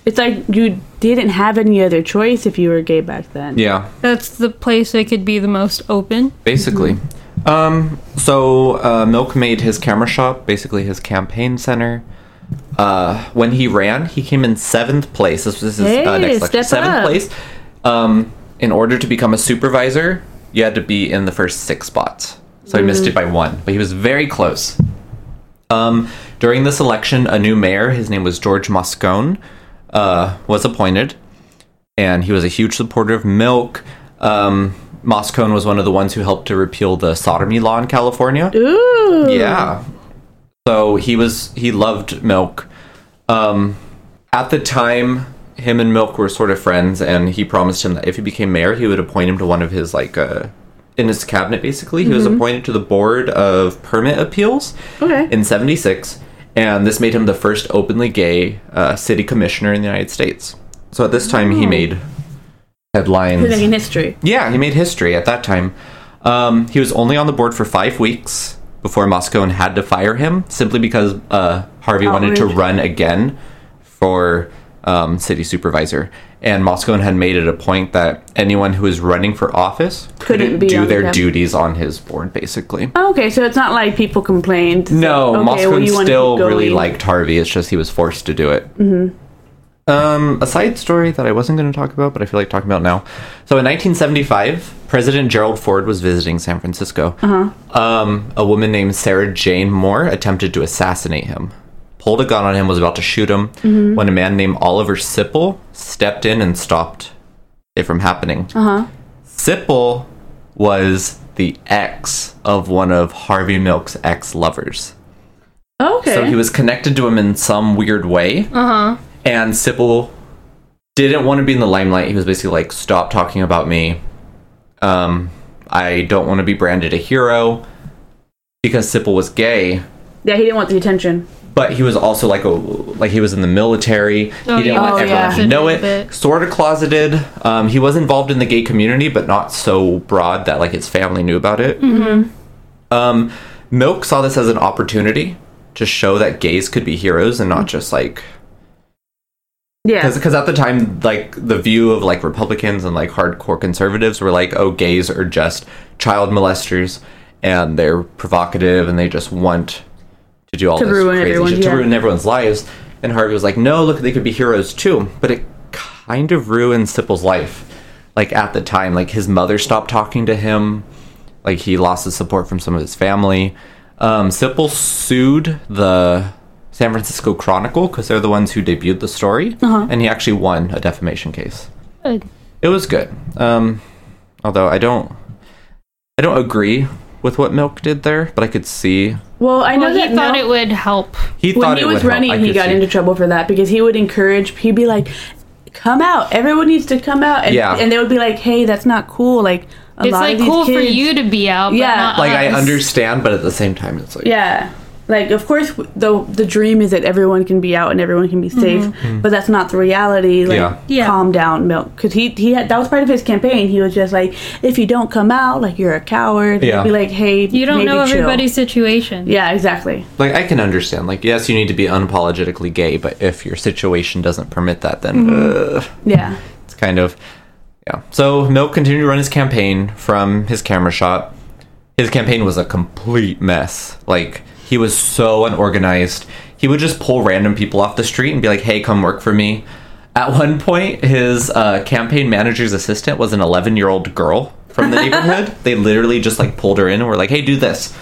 It's like you didn't have any other choice if you were gay back then. yeah. that's the place they could be the most open. basically. Mm-hmm. Um, so uh, Milk made his camera shop basically his campaign center. Uh, when he ran, he came in seventh place. This was his uh, Hey, next election. step Seventh up. place. Um, in order to become a supervisor, you had to be in the first six spots. So he missed it by Mm-hmm. one, but he was very close. Um, during this election, a new mayor, his name was George Moscone, uh, was appointed and he was a huge supporter of milk. Um, Moscone was one of the ones who helped to repeal the sodomy law in California. Ooh. Yeah. So he was he loved milk. Um, at the time, him and Milk were sort of friends, and he promised him that if he became mayor, he would appoint him to one of his like uh, in his cabinet. Basically, he was appointed to the board of permit appeals Mm-hmm. Okay. in '76, and this made him the first openly gay uh, city commissioner in the United States. So at this time, he made headlines. Oh. Like in history. Yeah, he made history at that time. Um, he was only on the board for five weeks before Moscone had to fire him, simply because uh, Harvey wanted to Outrage. run again for um, city supervisor. And Moscone had made it a point that anyone who was running for office Couldn't couldn't be do on their them. duties on his board, basically. Oh, okay, so it's not like people complained. No, okay, Moscone well, you wanna still keep really going. liked Harvey. It's just he was forced to do it. Mm-hmm. Um, a side story that I wasn't going to talk about, but I feel like talking about now. So in 1975, President Gerald Ford was visiting San Francisco. Uh-huh. Um, a woman named Sarah Jane Moore attempted to assassinate him. Pulled a gun on him, was about to shoot him, Mm-hmm. when a man named Oliver Sipple stepped in and stopped it from happening. Uh-huh. Sipple was the ex of one of Harvey Milk's ex lovers. Okay. So he was connected to him in some weird way. Uh huh. And Sybil didn't want to be in the limelight. He was basically like, stop talking about me. Um, I don't want to be branded a hero because Sybil was gay. yeah, he didn't want the attention. But he was also like a like he was in the military. Oh, he didn't yeah. want Oh, everyone yeah. to know Closeted a it. bit. Sort of closeted. Um, he was involved in the gay community, but not so broad that like his family knew about it. Mm-hmm. Um, Milk saw this as an opportunity to show that gays could be heroes and not just like Yeah. because at the time like the view of like republicans and like hardcore conservatives were like oh gays are just child molesters and they're provocative and they just want to do all To this ruin crazy everyone, shit to yeah. ruin everyone's lives and harvey was like no look they could be heroes too but it kind of ruined sipple's life like at the time like his mother stopped talking to him like he lost his support from some of his family. Um, Sipple sued the San Francisco Chronicle because they're the ones who debuted the story, Uh-huh. and he actually won a defamation case. It was good, um, although I don't, I don't agree with what Milk did there, but I could see Well, I know Well, that he thought now- it would help. he when thought he it was would help. running, I he could got see- into trouble for that because he would encourage. He'd be like, "Come out! Everyone needs to come out!" And, Yeah. and they would be like, "Hey, that's not cool." Like a It's lot like of these cool kids, for you to be out. Yeah. but not like I us. understand, but at the same time, it's like Yeah. Like of course w- the the dream is that everyone can be out and everyone can be safe, but that's not the reality. Mm-hmm. Like Yeah. Mm-hmm. Yeah. calm down, milk. Because he he had, that was part of his campaign. He was just like, if you don't come out, like you're a coward. Yeah. Be like, hey, You don't maybe know chill. everybody's situation. Yeah, exactly. like I can understand. Like yes, you need to be unapologetically gay, but if your situation doesn't permit that, then. uh, Yeah. It's kind of yeah. So Milk continued to run his campaign from his camera shot. His campaign was a complete mess. Like he was so unorganized. He would just pull random people off the street and be like, "Hey, come work for me." At one point, his uh, campaign manager's assistant was an 11 year old girl from the neighborhood. They literally just like pulled her in and were like, "Hey, do this."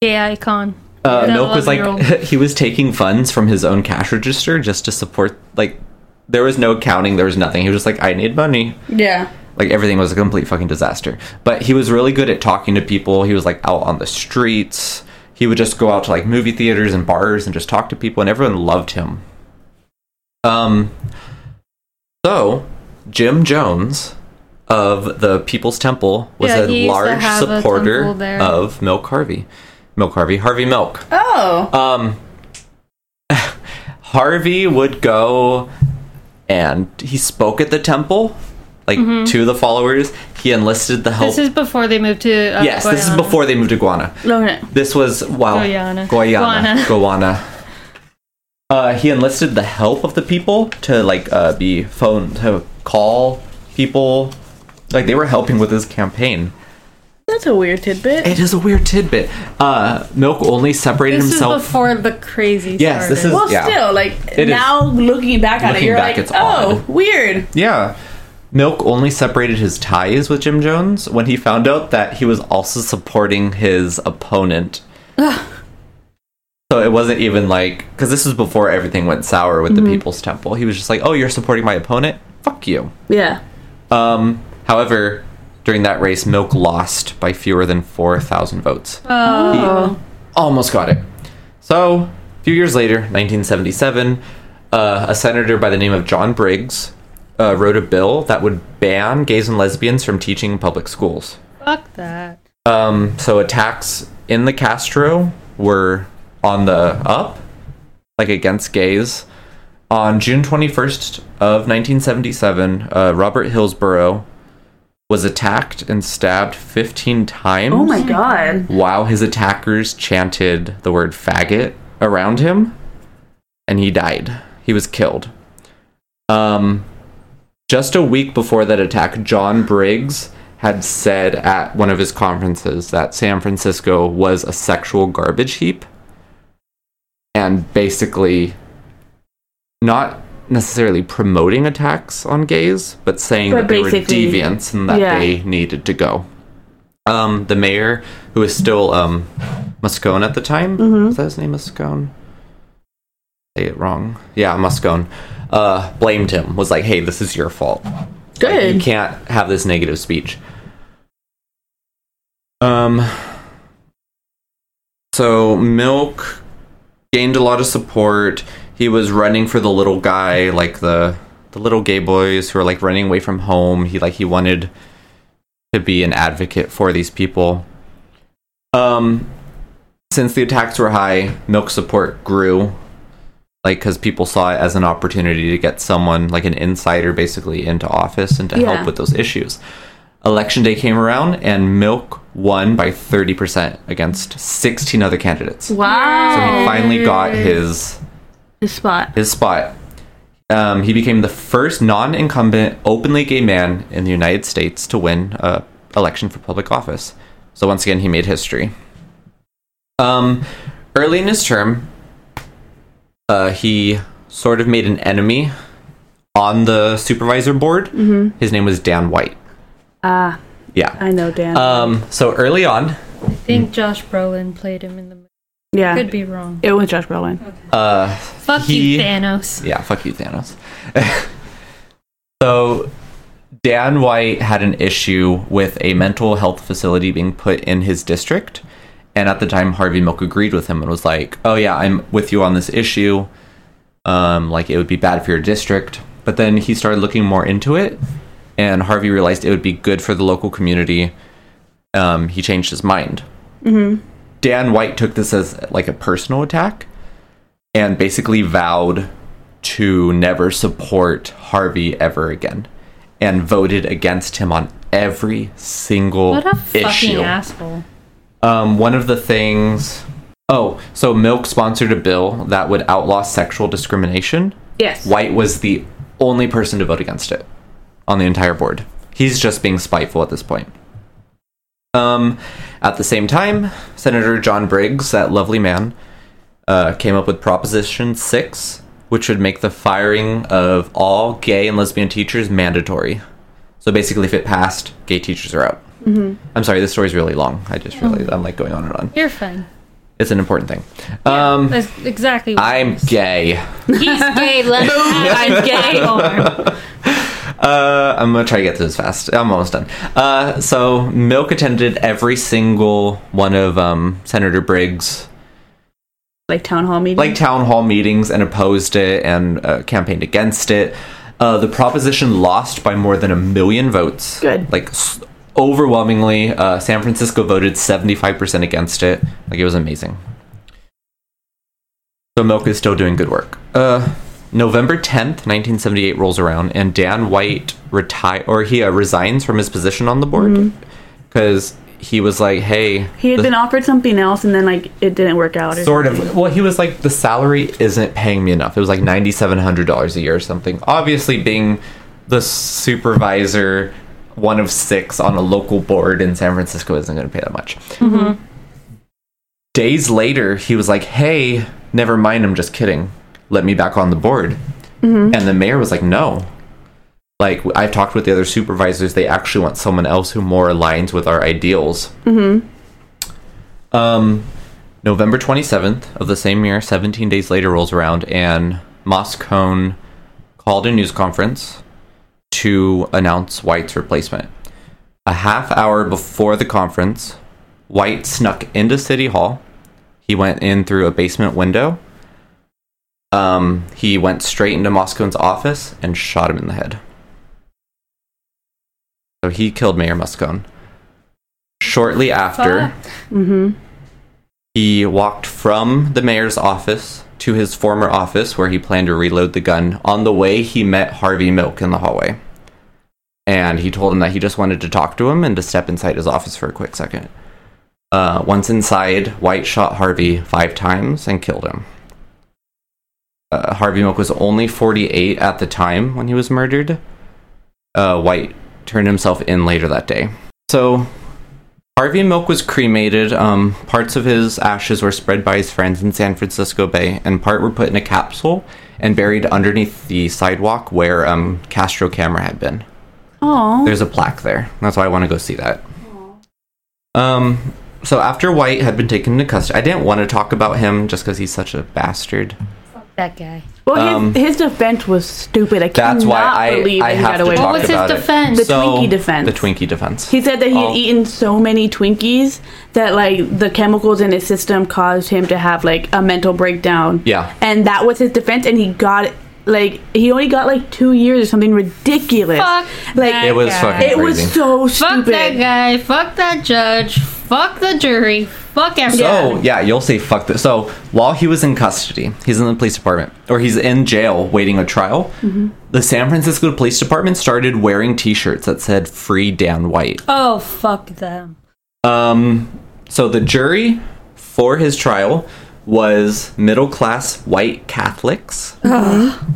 Gay icon. Uh, That Milk was like 11-year-old. [LAUGHS] he was taking funds from his own cash register just to support. Like there was no accounting, there was nothing. He was just like, I need money. Yeah. Like everything was a complete fucking disaster. But he was really good at talking to people. He was like out on the streets. He would just go out to like movie theaters and bars and just talk to people, and everyone loved him. Um. So Jim Jones of the People's Temple was Yeah, he a used to large have a supporter temple there. of Milk Harvey. Milk Harvey, Harvey Milk. Oh. Um, [SIGHS] Harvey would go and he spoke at the temple, like to the followers. He enlisted the help. Mm-hmm. This is before they moved to. Uh, yes, this is Guyana. before they moved to Guana. Okay. This was wow, Guyana. Guyana, Guana. [LAUGHS] Guana. Uh, he enlisted the help of the people to like uh, be phone to call people, like they were helping with his campaign. That's a weird tidbit. It is a weird tidbit. Uh, Milk only separated This himself. is before the crazy. Yes, this started. is- Well, yeah. still, like It is. now looking back on it, Looking you're back, like, it's oh, odd. weird. Yeah. Milk only separated his ties with Jim Jones when he found out that he was also supporting his opponent. so it wasn't even like because this was before everything went sour with the People's Temple. He was just like, "Oh, you're supporting my opponent? Fuck you." Yeah. Um, however, during that race, Milk lost by fewer than four thousand votes. Oh. Almost got it. So, a few years later, 1977, uh, a senator by the name of John Briggs uh, wrote a bill that would ban gays and lesbians from teaching in public schools. Fuck that. Um, so, attacks in the Castro were on the up, like against gays. On June 21st of 1977, uh, Robert Hillsborough was attacked and stabbed 15 times Oh my god. while his attackers chanted the word faggot around him and he died he was killed um just a week before that attack john briggs had said at one of his conferences that san francisco was a sexual garbage heap and basically not necessarily promoting attacks on gays but saying But that they were basically- deviants and that Yeah. they needed to go um, the mayor, who is still um, Moscone at the time. Mm-hmm. Is that his name, Moscone? Say it wrong. Yeah, Moscone. Uh, blamed him. Was like, "Hey, this is your fault. Like, you Good. can't have this negative speech." Um. So Milk gained a lot of support. He was running for the little guy, like the the little gay boys who are like running away from home. He like he wanted to be an advocate for these people. Um, since the attacks were high, milk support grew, like because people saw it as an opportunity to get someone like an insider basically into office and to Yeah. help with those issues. Election day came around, and Milk won by thirty percent against sixteen other candidates. Wow. So he finally got his His spot. his spot. Um, he became the first non-incumbent openly gay man in the United States to win a election for public office. So once again, he made history. Um, early in his term, uh, he sort of made an enemy on the supervisor board. His name was Dan White. Ah, Yeah. I know Dan. Um, so early on, I Mm. think Josh Brolin played him in the. movie. yeah. Could be wrong. It was Josh Brolin. uh, Fuck He- you, Thanos. Yeah, fuck you, Thanos. [LAUGHS] so, Dan White had an issue with a mental health facility being put in his district. And at the time, Harvey Milk agreed with him and was like, oh, yeah, I'm with you on this issue. Um, like, it would be bad for your district. But then he started looking more into it, and Harvey realized it would be good for the local community. Um, he changed his mind. Dan White took this as like a personal attack and basically vowed to never support Harvey ever again and voted against him on every single What a fucking issue. asshole. Um, one of the things Oh, so Milk sponsored a bill that would outlaw sexual discrimination. Yes. White was the only person to vote against it on the entire board. He's just being spiteful at this point. Um, at the same time, Senator John Briggs, that lovely man, uh, came up with Proposition 6, which would make the firing of all gay and lesbian teachers mandatory. So basically, if it passed, gay teachers are out. I'm sorry, this story's really long. I just really, I'm like going on and on. You're fine. It's an important thing. Yeah, um, that's exactly. What I'm it is. gay. [LAUGHS] He's gay. Let's [LAUGHS] I'm gay. Or, Uh, I'm gonna try to get through this fast. I'm almost done. Uh, so Milk attended every single one of um, Senator Briggs' like town hall meeting. like town hall meetings and opposed it and uh, campaigned against it. Uh, the proposition lost by more than a million votes. Good. Like s- overwhelmingly, uh, San Francisco voted 75% against it. Like it was amazing. So Milk is still doing good work. Uh, November 10th, 1978 rolls around and Dan White retire or he uh, resigns from his position on the board Mm-hmm. because he was like, "Hey, he had the- been offered something else, and then like it didn't work out. Or sort of well he was like the salary isn't paying me enough it was like $9700 a year or something obviously being the supervisor one of six on a local board in san francisco isn't going to pay that much days later he was like hey never mind i'm just kidding let me back on the board and the mayor was like no like i've talked with the other supervisors they actually want someone else who more aligns with our ideals um, November 27th of the same year, 17 days later rolls around, and Moscone called a news conference to announce White's replacement. A half hour before the conference, White snuck into City Hall. He went in through a basement window. Um, he went straight into Moscone's office and shot him in the head. So he killed Mayor Moscone. Shortly after Fuck. Mm-hmm. he walked from the mayor's office to his former office where he planned to reload the gun. On the way, he met Harvey Milk in the hallway. And he told him that he just wanted to talk to him and to step inside his office for a quick second. Uh, once inside, White shot Harvey five times and killed him. Uh, Harvey Milk was only 48 at the time when he was murdered. Uh, White turned himself in later that day. So, Harvey Milk was cremated. Um, parts of his ashes were spread by his friends in San Francisco Bay, and part were put in a capsule and buried underneath the sidewalk where um, Castro Camera had been. Oh, There's a plaque there. That's why I want to go see that. Um, so after White had been taken into custody, I didn't want to talk about him just because he's such a bastard. That guy. well, um, his, his defense was stupid. I cannot That's why I, believe I that he have got to away. talk What with was it. his about it. defense? The Twinkie defense. The Twinkie defense. He said that he had I'll- eaten so many Twinkies that like the chemicals in his system caused him to have like a mental breakdown. Yeah. And that was his defense and he got like he only got like 2 years or something ridiculous. Fuck like that It was guy. fucking it was crazy. so Fuck stupid. that guy. Fuck that judge. Fuck the jury. Fuck everyone. So yeah, you'll say fuck this. So while he was in custody, he's in the police department, or he's in jail waiting a trial. The San Francisco Police Department started wearing T-shirts that said "Free Dan White." Oh fuck them. Um, so the jury for his trial was middle-class white Catholics.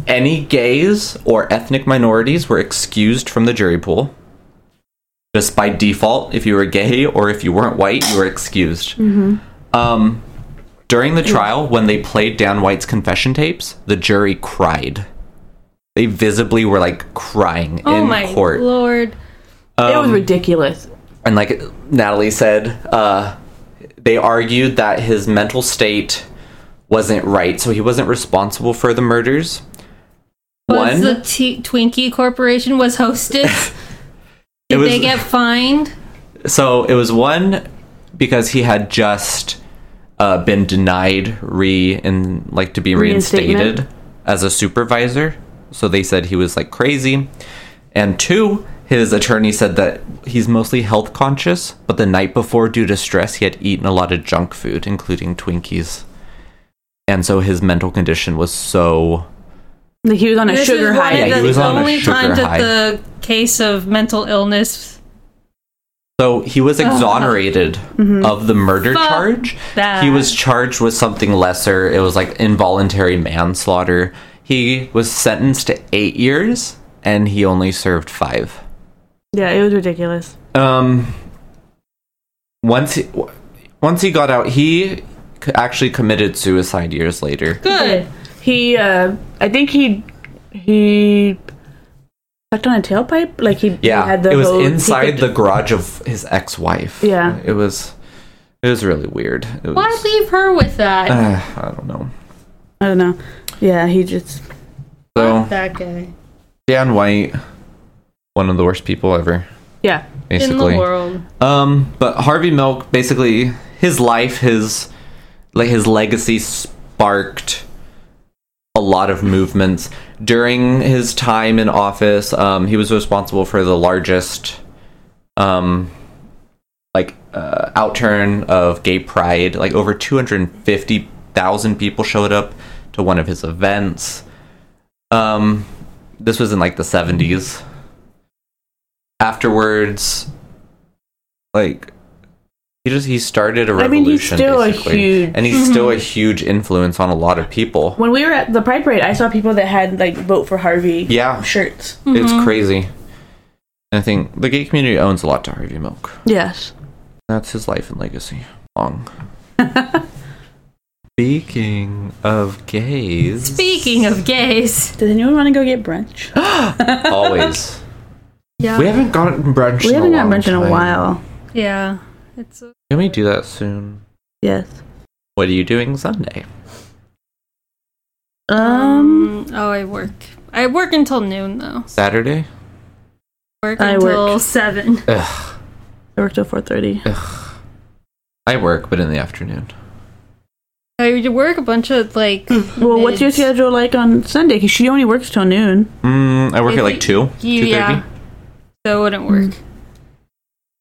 Any gays or ethnic minorities were excused from the jury pool. Just by default, if you were gay or if you weren't white, you were excused. Mm-hmm. Um, during the trial, when they played Dan White's confession tapes, the jury cried. They visibly were like crying Oh in my court. lord. it Um, was ridiculous. And like Natalie said, uh, they argued that his mental state wasn't right, so he wasn't responsible for the murders. Was One, the T- Twinkie Corporation was [LAUGHS] hosted? it Did was they get fined? so it was one because he had just uh, been denied re and like to be reinstated Reinstatement? as a supervisor, so they said he was like crazy. And two, his attorney said that he's mostly health conscious, but the night before, due to stress, he had eaten a lot of junk food, including Twinkies. And so his mental condition was so. Like he was on a This sugar is one high. of Yeah, he the was on a only sugar times high. that the case of mental illness. So he was Oh. exonerated Mm-hmm. of the murder Fuck charge. that. He was charged with something lesser. It was like involuntary manslaughter. He was sentenced to eight years, and he only served five. yeah, it was ridiculous. Um, once he, w- once he got out, he c- actually committed suicide years later. Good. He uh I think he he sucked on a tailpipe like he he Yeah, had the it was hose- he inside could- the garage of his ex-wife. Yeah. it was It was really weird. It was, Why leave her with that? Ah, [SIGHS] I don't know. I don't know. Yeah, he just. So that guy Dan White, one of the worst people ever, Yeah. in basically. the world. Um, but Harvey Milk, basically, his life, his like his legacy sparked a lot of movements during his time in office. Um, he was responsible for the largest, um, like uh, outturn of gay pride. Like over two hundred fifty thousand people showed up to one of his events. Um, this was in like the seventies. Afterwards, like he just he started a I revolution. mean, he's still a basically. huge- and he's still Mm-hmm. a huge influence on a lot of people. When we were at the Pride Parade, I saw people that had like vote for Harvey Yeah. shirts. It's crazy. And I think the gay community owes a lot to Harvey Milk. Yes. That's his life and legacy. [LAUGHS] Long. Speaking of gays, Speaking [LAUGHS] of gays, Does anyone want to go get brunch? always yeah, we haven't gotten brunch. [GASPS] we in a haven't had long brunch in a time. while. yeah. It's a- Can we do that soon? Yes. What are you doing Sunday? Um. oh, I work. I work until noon though. Saturday? Work I until work. seven. Ugh. I worked till four thirty. I work, but in the afternoon. I work a bunch of like. Well, what's your mids. schedule like on Sunday? 'Cause she only works till noon. Mm, I work I at like think two, you- two yeah. thirty. So it Mm. wouldn't work.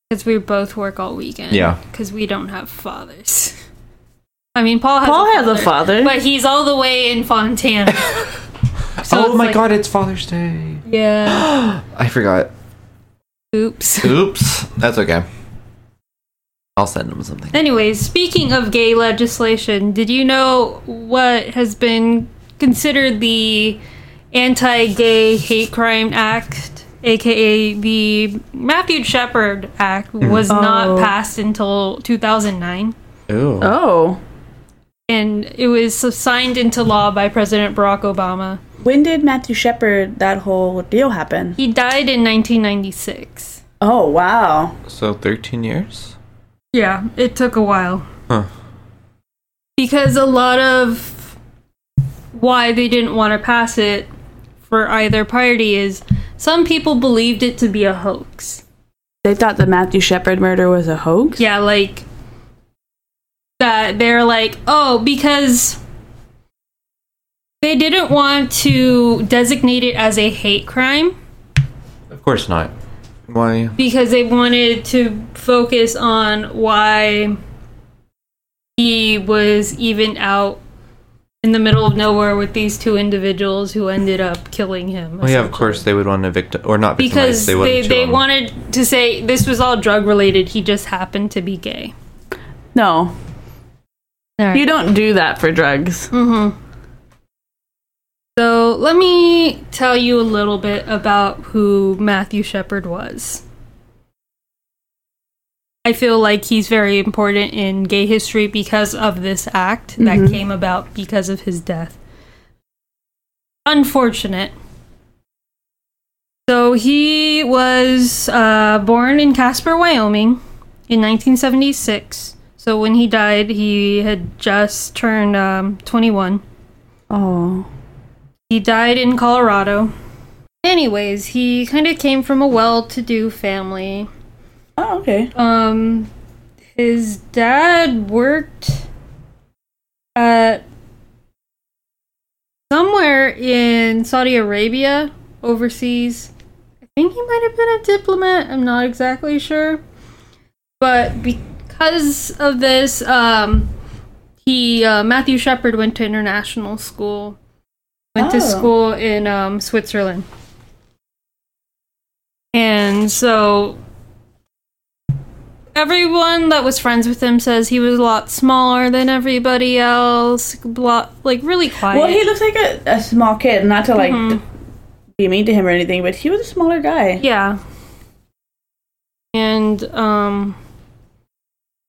Because we both work all weekend. Yeah. Because we don't have fathers. [LAUGHS] I mean, Paul has Paul a has a father. But he's all the way in [LAUGHS] Fontana. So oh it's my like- god, it's Father's Day. Yeah. I forgot. [GASPS] Oops. Oops. That's okay. I'll send him something. Anyways, speaking of gay legislation, did you know what has been considered the Anti Gay Hate Crime Act, aka the Matthew Shepard Act, was Oh. not passed until 2009? Ooh. Oh. And it was signed into law by President Barack Obama. When did Matthew Shepard that whole deal happen? He died in 1996. Oh wow. So 13 years? Yeah, it took a while. Huh. Because a lot of why they didn't want to pass it for either party is some people believed it to be a hoax. They thought the Matthew Shepard murder was a hoax. Yeah, like that they're like, "Oh, because they didn't want to designate it as a hate crime." Of course not. Why? because they wanted to focus on why he was even out in the middle of nowhere with these two individuals who ended up killing him. Well, Oh, yeah, of course they would want to victim or not Because victimize. they, would they, wanted to say this was all drug related, he just happened to be gay. No, you You don't- don't do that for drugs. so let me tell you a little bit about who Matthew Shepard was. I feel like he's very important in gay history because of this act that came about because of his death. Unfortunate. So he was uh, born in Casper, Wyoming in 1976. So when he died, he had just turned um, 21. Oh. He died in Colorado. Anyways, he kind of came from a well to do family. Oh okay. Um, his dad worked at somewhere in Saudi Arabia, overseas. I think he might have been a diplomat. I'm not exactly sure, but because of this, um, he uh, Matthew Shepard went to international school. Went to Oh. school in um, Switzerland. And so everyone that was friends with him says he was a lot smaller than everybody else. Lot, like really quiet. Well, he looks like a, a small kid. Not to like be mean to him or anything, but he was a smaller guy. Mm-hmm. yeah. And um,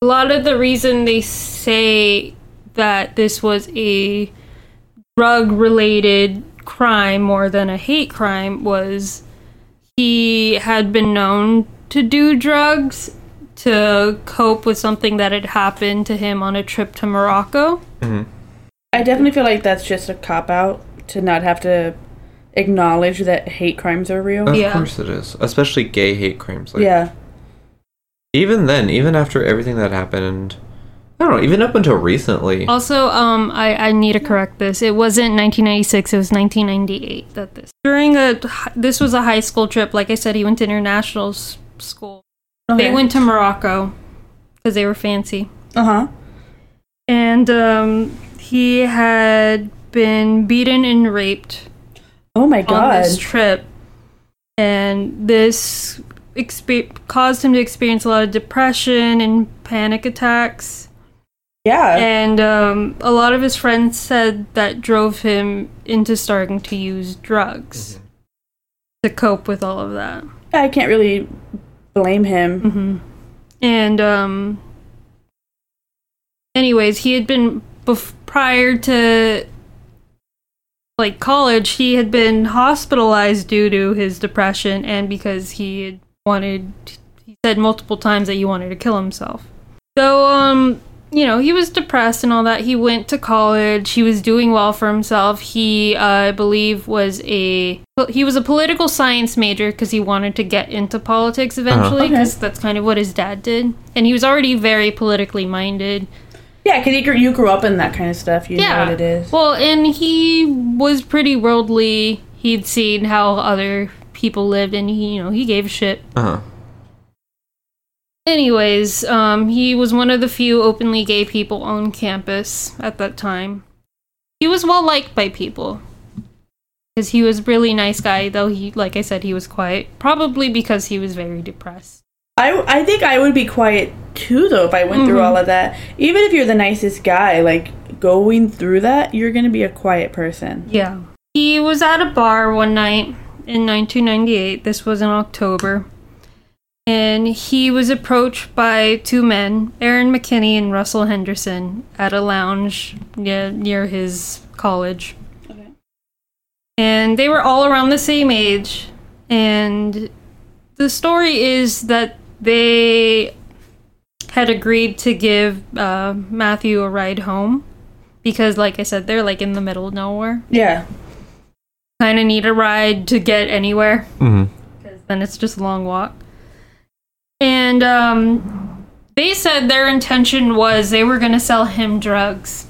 a lot of the reason they say that this was a drug-related crime more than a hate crime was he had been known to do drugs to cope with something that had happened to him on a trip to Morocco. I definitely feel like that's just a cop out to not have to acknowledge that hate crimes are real. Of Yeah. course it is, especially gay hate crimes. Like, yeah. Even then, even after everything that happened, I don't know. Even up until recently, Also, um, I, I need to correct this. It wasn't 1996. It was 1998 that this during a this was a high school trip. Like I said, he went to international s- school. They Okay. went to Morocco because they were fancy, Uh huh. and um, he had been beaten and raped Oh my on god. this trip, and this expe- caused him to experience a lot of depression and panic attacks. Yeah. And um, a lot of his friends said that drove him into starting to use drugs to cope with all of that. I can't really blame him. Mm-hmm. And um, anyways, he had been bef- prior to like college, he had been hospitalized due to his depression and because he had wanted he said multiple times that he wanted to kill himself. So um you know, he was depressed and all that. He went to college. He was doing well for himself. He, uh, I believe, was a he was a political science major because he wanted to get into politics eventually Okay. because that's kind of what his dad did. And he was already very politically minded. Yeah, because you, grew- you grew up in that kind of stuff. You know what it is. Well, and he was pretty worldly. He'd seen how other people lived, and he, you know, he gave a shit. uh-huh. Anyways, um, he was one of the few openly gay people on campus at that time. He was well liked by people because he was a really nice guy. Though he, like I said, he was quiet, probably because he was very depressed. I, I think I would be quiet too, though, if I went Mm-hmm. through all of that. Even if you're the nicest guy, like going through that, you're going to be a quiet person. Yeah, he was at a bar one night in 1998. This was in October, and he was approached by two men, Aaron McKinney and Russell Henderson, at a lounge near, near his college. Okay. and they were all around the same age and the story is that they had agreed to give uh, matthew a ride home because like i said they're like in the middle of nowhere Yeah. kind of need a ride to get anywhere Mm-hmm. then it's just a long walk and um, they said their intention was they were going to sell him drugs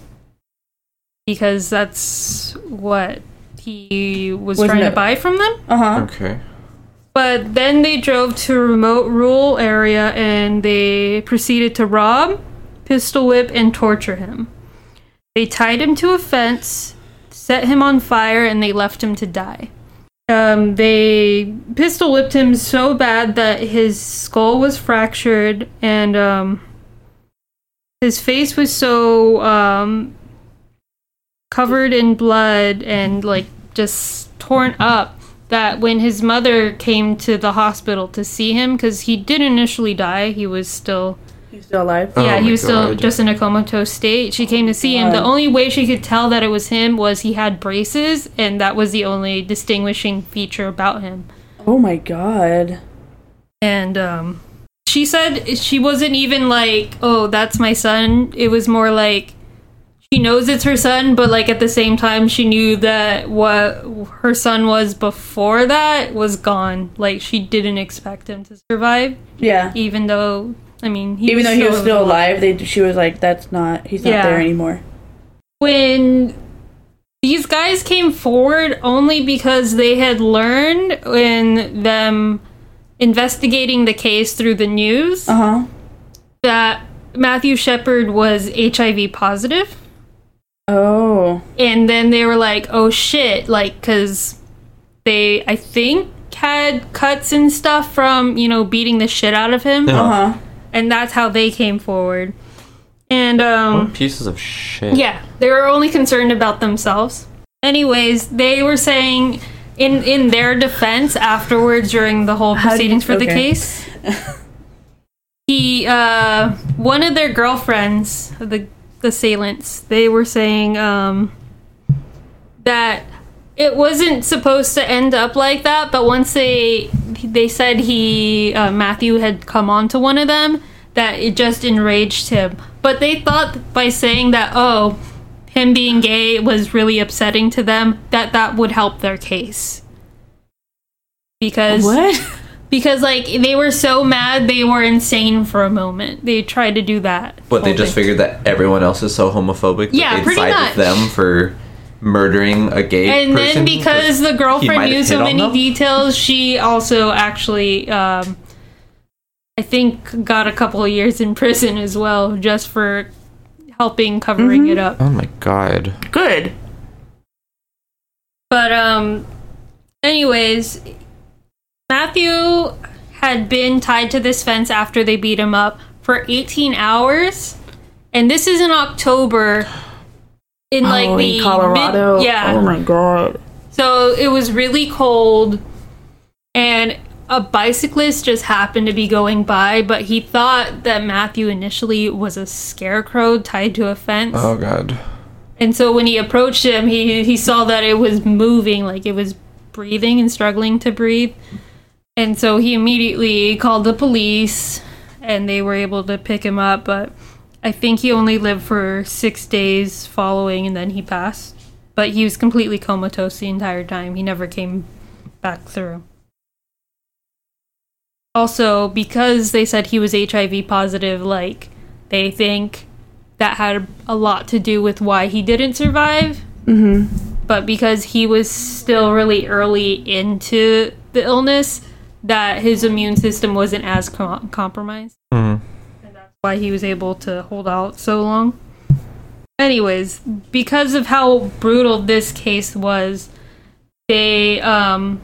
because that's what he was Wasn't trying it- to buy from them Uh huh. Okay. but then they drove to a remote rural area and they proceeded to rob, pistol whip, and torture him. They tied him to a fence, set him on fire, and they left him to die. Um, they pistol whipped him so bad that his skull was fractured and um, his face was so um, covered in blood and like just torn up that when his mother came to the hospital to see him because he did initially die he was still He's still alive. Oh yeah my he was still God. just in a comatose state she came to see him the God. only way she could tell that it was him was he had braces and that was the only distinguishing feature about him Oh my god. and um she said she wasn't even like oh that's my son it was more like she knows it's her son but like at the same time she knew that what her son was before that was gone like she didn't expect him to survive Yeah. even though i mean he Even though he was still alive, they she was like, "That's not. He's not Yeah. there anymore." when these guys came forward only because they had learned in them investigating the case through the news Uh huh. that Matthew Shepard was HIV positive, Oh. and then they were like, "Oh shit!" Like, cause they, I think, had cuts and stuff from you know beating the shit out of him, Yeah. Uh huh. and that's how they came forward. And um, Pieces of shit. yeah, they were only concerned about themselves. Anyways, they were saying. In, in their defense afterwards during the whole How do you- proceedings for the okay. case [LAUGHS] he uh one of their girlfriends the the assailants they were saying um that it wasn't supposed to end up like that but once they they said he uh, matthew had come on to one of them that it just enraged him. But they thought by saying that, oh, him being gay was really upsetting to them, that that would help their case. Because What? because like they were so mad they were insane for a moment. They tried to do that. But they whole just thing. figured that everyone else is so homophobic that Yeah, they'd pretty side much. with them for murdering a gay And person. then because the girlfriend might have knew so hit on many them? details, she also actually um I think got a couple of years in prison as well just for helping covering it up. Oh my god. Good. But um anyways, Matthew had been tied to this fence after they beat him up for 18 hours. And this is in October in like oh, the in Colorado. mid- yeah. Oh my god. So it was really cold, and a bicyclist just happened to be going by, but he thought that Matthew initially was a scarecrow tied to a fence. Oh. god. And so when he approached him, he, he saw that it was moving, like it was breathing and struggling to breathe. And so he immediately called the police, and they were able to pick him up, but I think he only lived for six days following, and then he passed. But he was completely comatose the entire time. He never came back through. Also, because they said he was HIV positive, like, they think that had a lot to do with why he didn't survive. Mm-hmm. But because he was still really early into the illness, that his immune system wasn't as com- compromised. And that's why he was able to hold out so long. Anyways, because of how brutal this case was, they, um,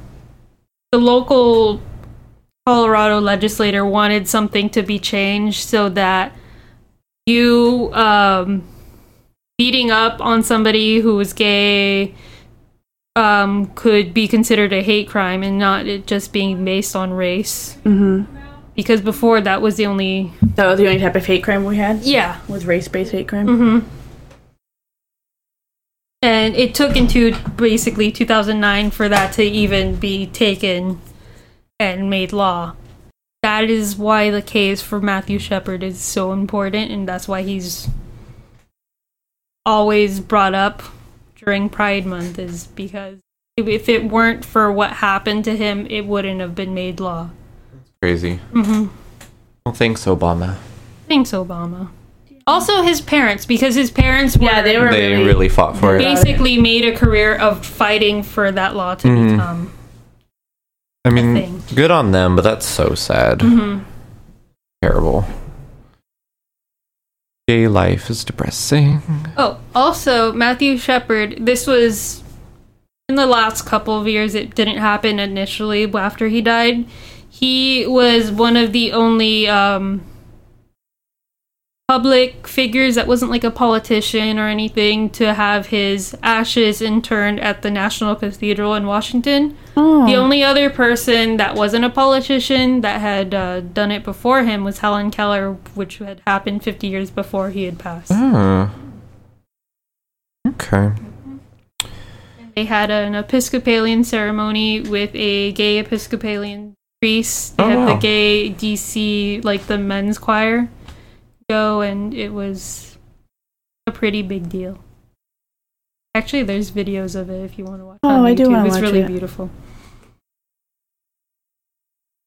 the local Colorado legislator wanted something to be changed so that you um beating up on somebody who was gay um could be considered a hate crime and not it just being based on race mm-hmm. because before that was the only That was the only type of hate crime we had. yeah Mm-hmm. Was race based hate crime. and it took into basically 2009 for that to even be taken and made law that is why the case for matthew shepard is so important and that's why he's always brought up during pride month is because if- if it weren't for what happened to him it wouldn't have been made law Crazy. Mm-hmm. Well, thanks, Obama. thanks obama also his parents because his parents were Yeah, they were They really, really fought for it. basically made a career of fighting for that law to become I mean, thing. good on them, but that's so sad. Mm-hmm. Terrible. Gay life is depressing. Oh, also Matthew Shepard. This was in the last couple of years. It didn't happen initially after he died. He was one of the only um, public figures that wasn't like a politician or anything to have his ashes interred at the National Cathedral in Washington. The only other person that wasn't a politician that had uh, done it before him was Helen Keller, which had happened 50 years before he had passed. Hmm. Okay. They had an Episcopalian ceremony with a gay Episcopalian priest. They Oh, had the wow. gay DC, like the men's choir, go, and it was a pretty big deal. Actually, there's videos of it if you want to watch. it Oh, on I do YouTube. wanna It's watch really it. beautiful.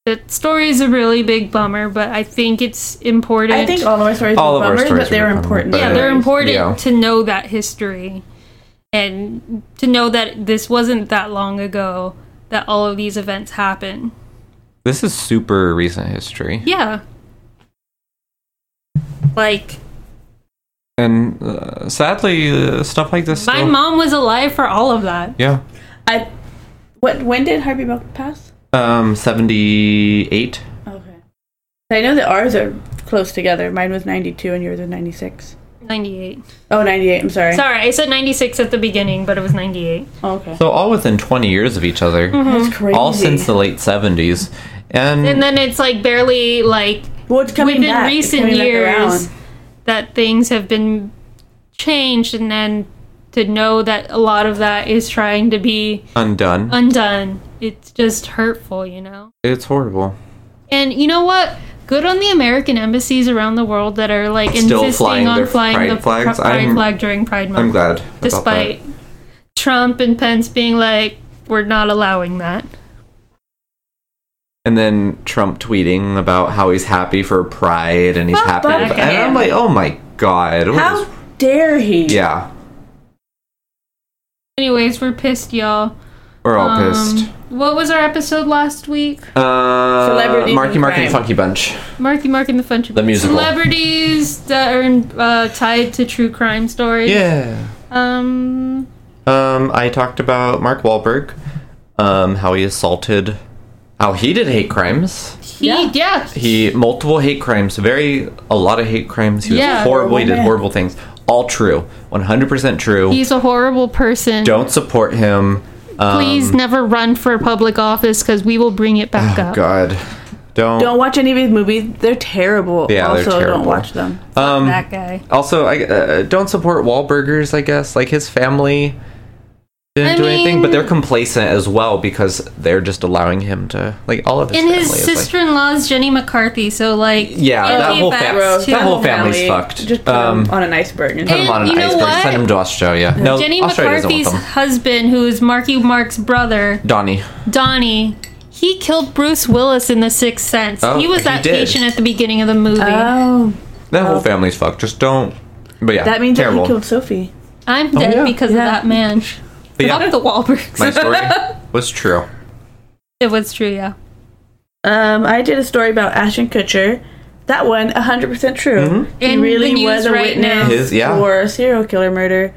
The story is a really big bummer, but I think it's important. I think all of our stories All were of our bummers, stories but they were were bummer, important. but- yeah, they're Right. important Yeah. to know that history and to know that this wasn't that long ago that all of these events happen. This is super recent history. Yeah. Like And uh, sadly, uh, stuff like this. my still- mom was alive for all of that. Yeah. I, what? When did Harvey Milk pass? Um, 78. Okay. I know that ours are close together. Mine was 92 and yours was 96. 98. Oh, 98. I'm sorry. Sorry, I said 96 at the beginning, but it was 98. Hmm. Oh, okay. So, all within 20 years of each other. That's crazy. All since the late 70s. And, Mm-hmm. And then it's like barely like well, it's coming within back. It's recent coming back years around. that things have been changed and then to know that a lot of that is trying to be undone. undone. It's just hurtful, you know? it's horrible. And you know what? Good on the American embassies around the world that are like Still insisting flying on their flying pride the pr- flags. pride I'm- flag during Pride Month. I'm glad. about despite Trump and Pence being like, "We're not allowing that." that. and then Trump tweeting about how he's happy for Pride and he's Fuck happy. About, back and I'm him. like, oh my god, what How is- dare he? yeah, Anyways, we're pissed, y'all. we're all Um, pissed. What was our episode last week? Uh, Celebrities Marky in Mark and crime. Funky Bunch. Marky Mark and the Funch. The musical. Celebrities that are uh, tied to true crime stories. Yeah. Um. Um, I talked about Mark Wahlberg, um, how he assaulted, how he did hate crimes. He, yeah. Yeah. He multiple hate crimes, very a lot of hate crimes. He was Yeah. horrible. He did Horrible man. horrible things. All true, one hundred percent true. He's a horrible person. Don't support him. Um, Please never run for public office because we will bring it back oh up. God, don't. Don't watch any of his movies. They're terrible. Yeah, they're also, terrible. don't watch them. um, That guy. also, I uh, don't support Wahlburgers. I guess like his family didn't I do anything, but mean- they're complacent as well because they're just allowing him to like all of his And family. his is, like- sister in law's Jenny McCarthy, so like Yeah, it'll that be whole back fam- that to- That whole family's fucked. Just put Um, him on an iceberg. And Put him on an you know iceberg. what? Send him to Australia. No, Jenny Australia doesn't want McCarthy's them. husband, who's Marky Mark's brother, Donnie. Donnie, he killed Bruce Willis in The Sixth Sense. Oh, he was he that did. patient at the beginning of the movie. Oh, That whole family's fucked. Just don't. But yeah, that means that terrible. he killed Sophie. I'm dead Oh, yeah. because Yeah. of that man. But yeah, Fuck the Wahlbergs. my story was true. [LAUGHS] it was true, yeah. Um, I did a story about Ashton Kutcher. That one, 100% true. He In the really news was a right now. witness Mm-hmm. His- yeah. for serial killer murder.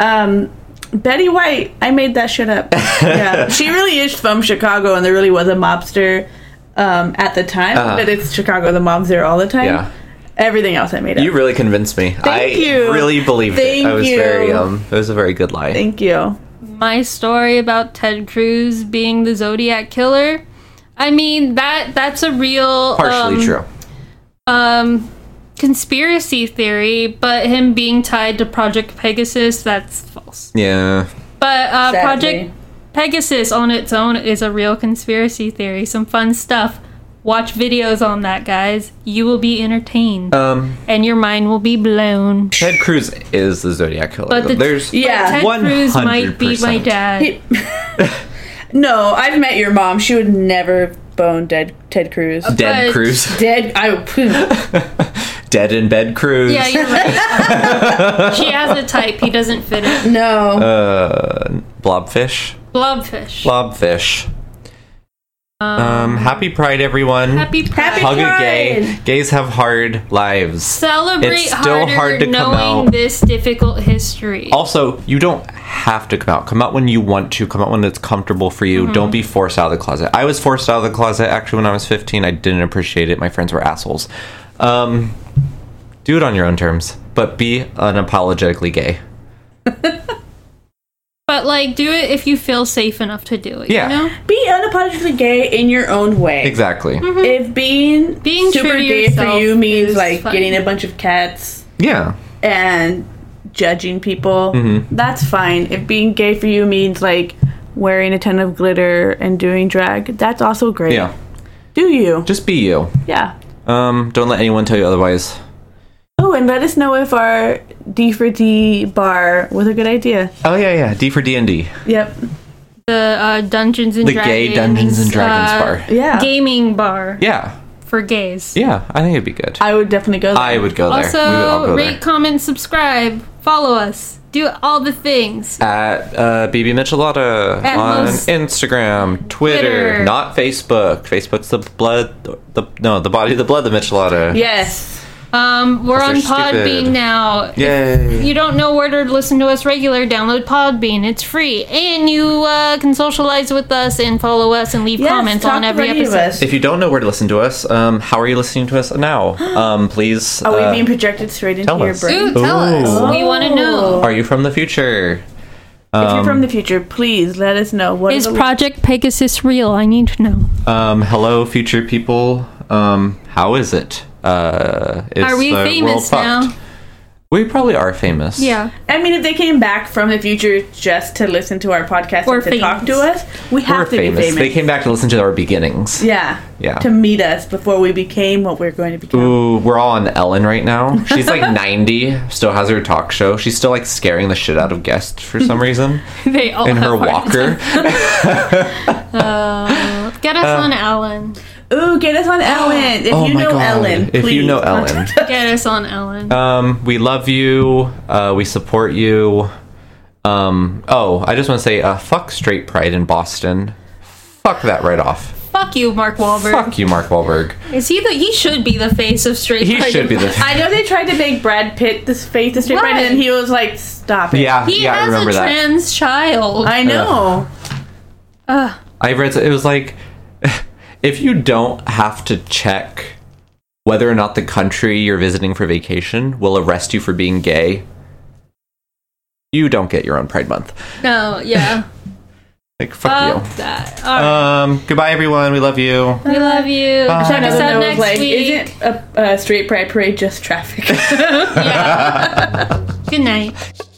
Um, Betty White, I made that [LAUGHS] shit up. yeah, she really is from Chicago, and there really was a mobster um, at the time. Uh-huh. But it's Chicago; the mobs there all the time. Yeah. Everything else I made up. You really convinced me. I you. really believed it. Thank I was you. very um it was a very good lie. [LAUGHS] Thank you. My story about Ted Cruz being the Zodiac killer. I mean that that's a real Partially um, true. um conspiracy theory, but him being tied to Project Pegasus, that's false. Yeah. But uh, Sadly. Project Pegasus on its own is a real conspiracy theory. Some fun stuff. Watch videos on that, guys. You will be entertained, Um and your mind will be blown. Ted Cruz is the Zodiac killer. But the- There's Yeah. Ted Cruz might be my 100%. dad. No, I've met your mom. She would never bone dead Ted Cruz. Dead but- Cruz. Dead. I [LAUGHS] Dead in bed Cruz. yeah, you're right. she has a type. He doesn't fit it. no. uh Blobfish. Blobfish. Blobfish. Um, Um happy pride everyone. happy Pride. Hug a Pride. gay. Gays have hard lives. Celebrate It's still harder hard to come knowing out. this difficult history. Also, you don't have to come out. Come out when you want to. Come out when it's comfortable for you. Mm-hmm. Don't be forced out of the closet. I was forced out of the closet actually when I was 15. I didn't appreciate it. My friends were assholes. Um, do it on your own terms, but be unapologetically gay. But like, do it if you feel safe enough to do it. Yeah. You know? Be unapologetically gay in your own way. Exactly. Mm-hmm. If being Being super true to gay for yourself you means is like fine. getting a bunch of cats Yeah. and judging people, Mm-hmm. that's fine. If being gay for you means like wearing a ton of glitter and doing drag, that's also great. Yeah. Do you? Just be you. Yeah. Um, don't let anyone tell you otherwise. Oh, and let us know if our D for D bar was a good idea. Oh yeah, yeah. D for D and D. Yep. The uh, Dungeons and The Dragons. gay Dungeons and Dragons uh, bar. Yeah. Gaming bar Yeah. for gays. Yeah. I think it'd be good. I, I would definitely go there. would go there. we would all Also, go rate, comment, subscribe, follow us, do all the things. there. At uh, BB Michelotta At on most- Instagram, Twitter, Twitter. not Facebook. Facebook's the blood, the no, the body of the blood, the Michelada. Yes. Um, we're on Because they're Podbean stupid. now. Yay. If you don't know where to listen to us regular, download Podbean. It's free, and you uh, can socialize with us and follow us and leave Yes, comments talk on to every any of episode. us. If you don't know where to listen to us, um, how are you listening to [GASPS] us now? Um, please. Are we uh, being projected straight into tell your us. brain? Ooh, tell Ooh. us. We want to know. are you from the future? If you're Um, from the future, please let us know what Is are the- Project Pegasus real? I need to know. Um, hello, future people. Um, how is it? Uh, is Are we the famous world fucked? now? We probably are famous. Yeah. I mean, if they came back from the future just to listen to our podcast We're and to talk to famous. us, we have We're to be famous. famous. They came back to listen to our beginnings. yeah, Yeah. to meet us before we became what we're going to become. Ooh, we're all on Ellen right now. She's like 90, still has her talk show. She's still like scaring the shit out of guests for some reason [LAUGHS] They all [LAUGHS] in her have heart walker. attacks. Uh, Get us Uh. on Ellen. Ooh, get [GASPS] us on Ellen. If Oh you my know God. Ellen, If you please know Ellen. contact- Get us on Ellen. Um, we love you. Uh, we support you. Um, oh, I just want to say, uh, fuck straight pride in Boston. Fuck that right off. Fuck you, Mark Wahlberg. Fuck you, Mark Wahlberg. Is he the? He should be the face of straight. He pride. should be the. [LAUGHS] I know they tried to make Brad Pitt this face the straight Why? right, and he was like, "Stop [LAUGHS] it." Yeah, He yeah, I has remember a that. trans child. I know. Ugh. I read it was like [LAUGHS] if you don't have to check whether or not the country you're visiting for vacation will arrest you for being gay, you don't get your own Pride Month. no, yeah. Like fuck Fuck that. All you. right. Um, goodbye everyone. We love you. we love you. Check us Another out note was next like, week. Isn't a, a straight pride parade just traffic? Yeah. Good night.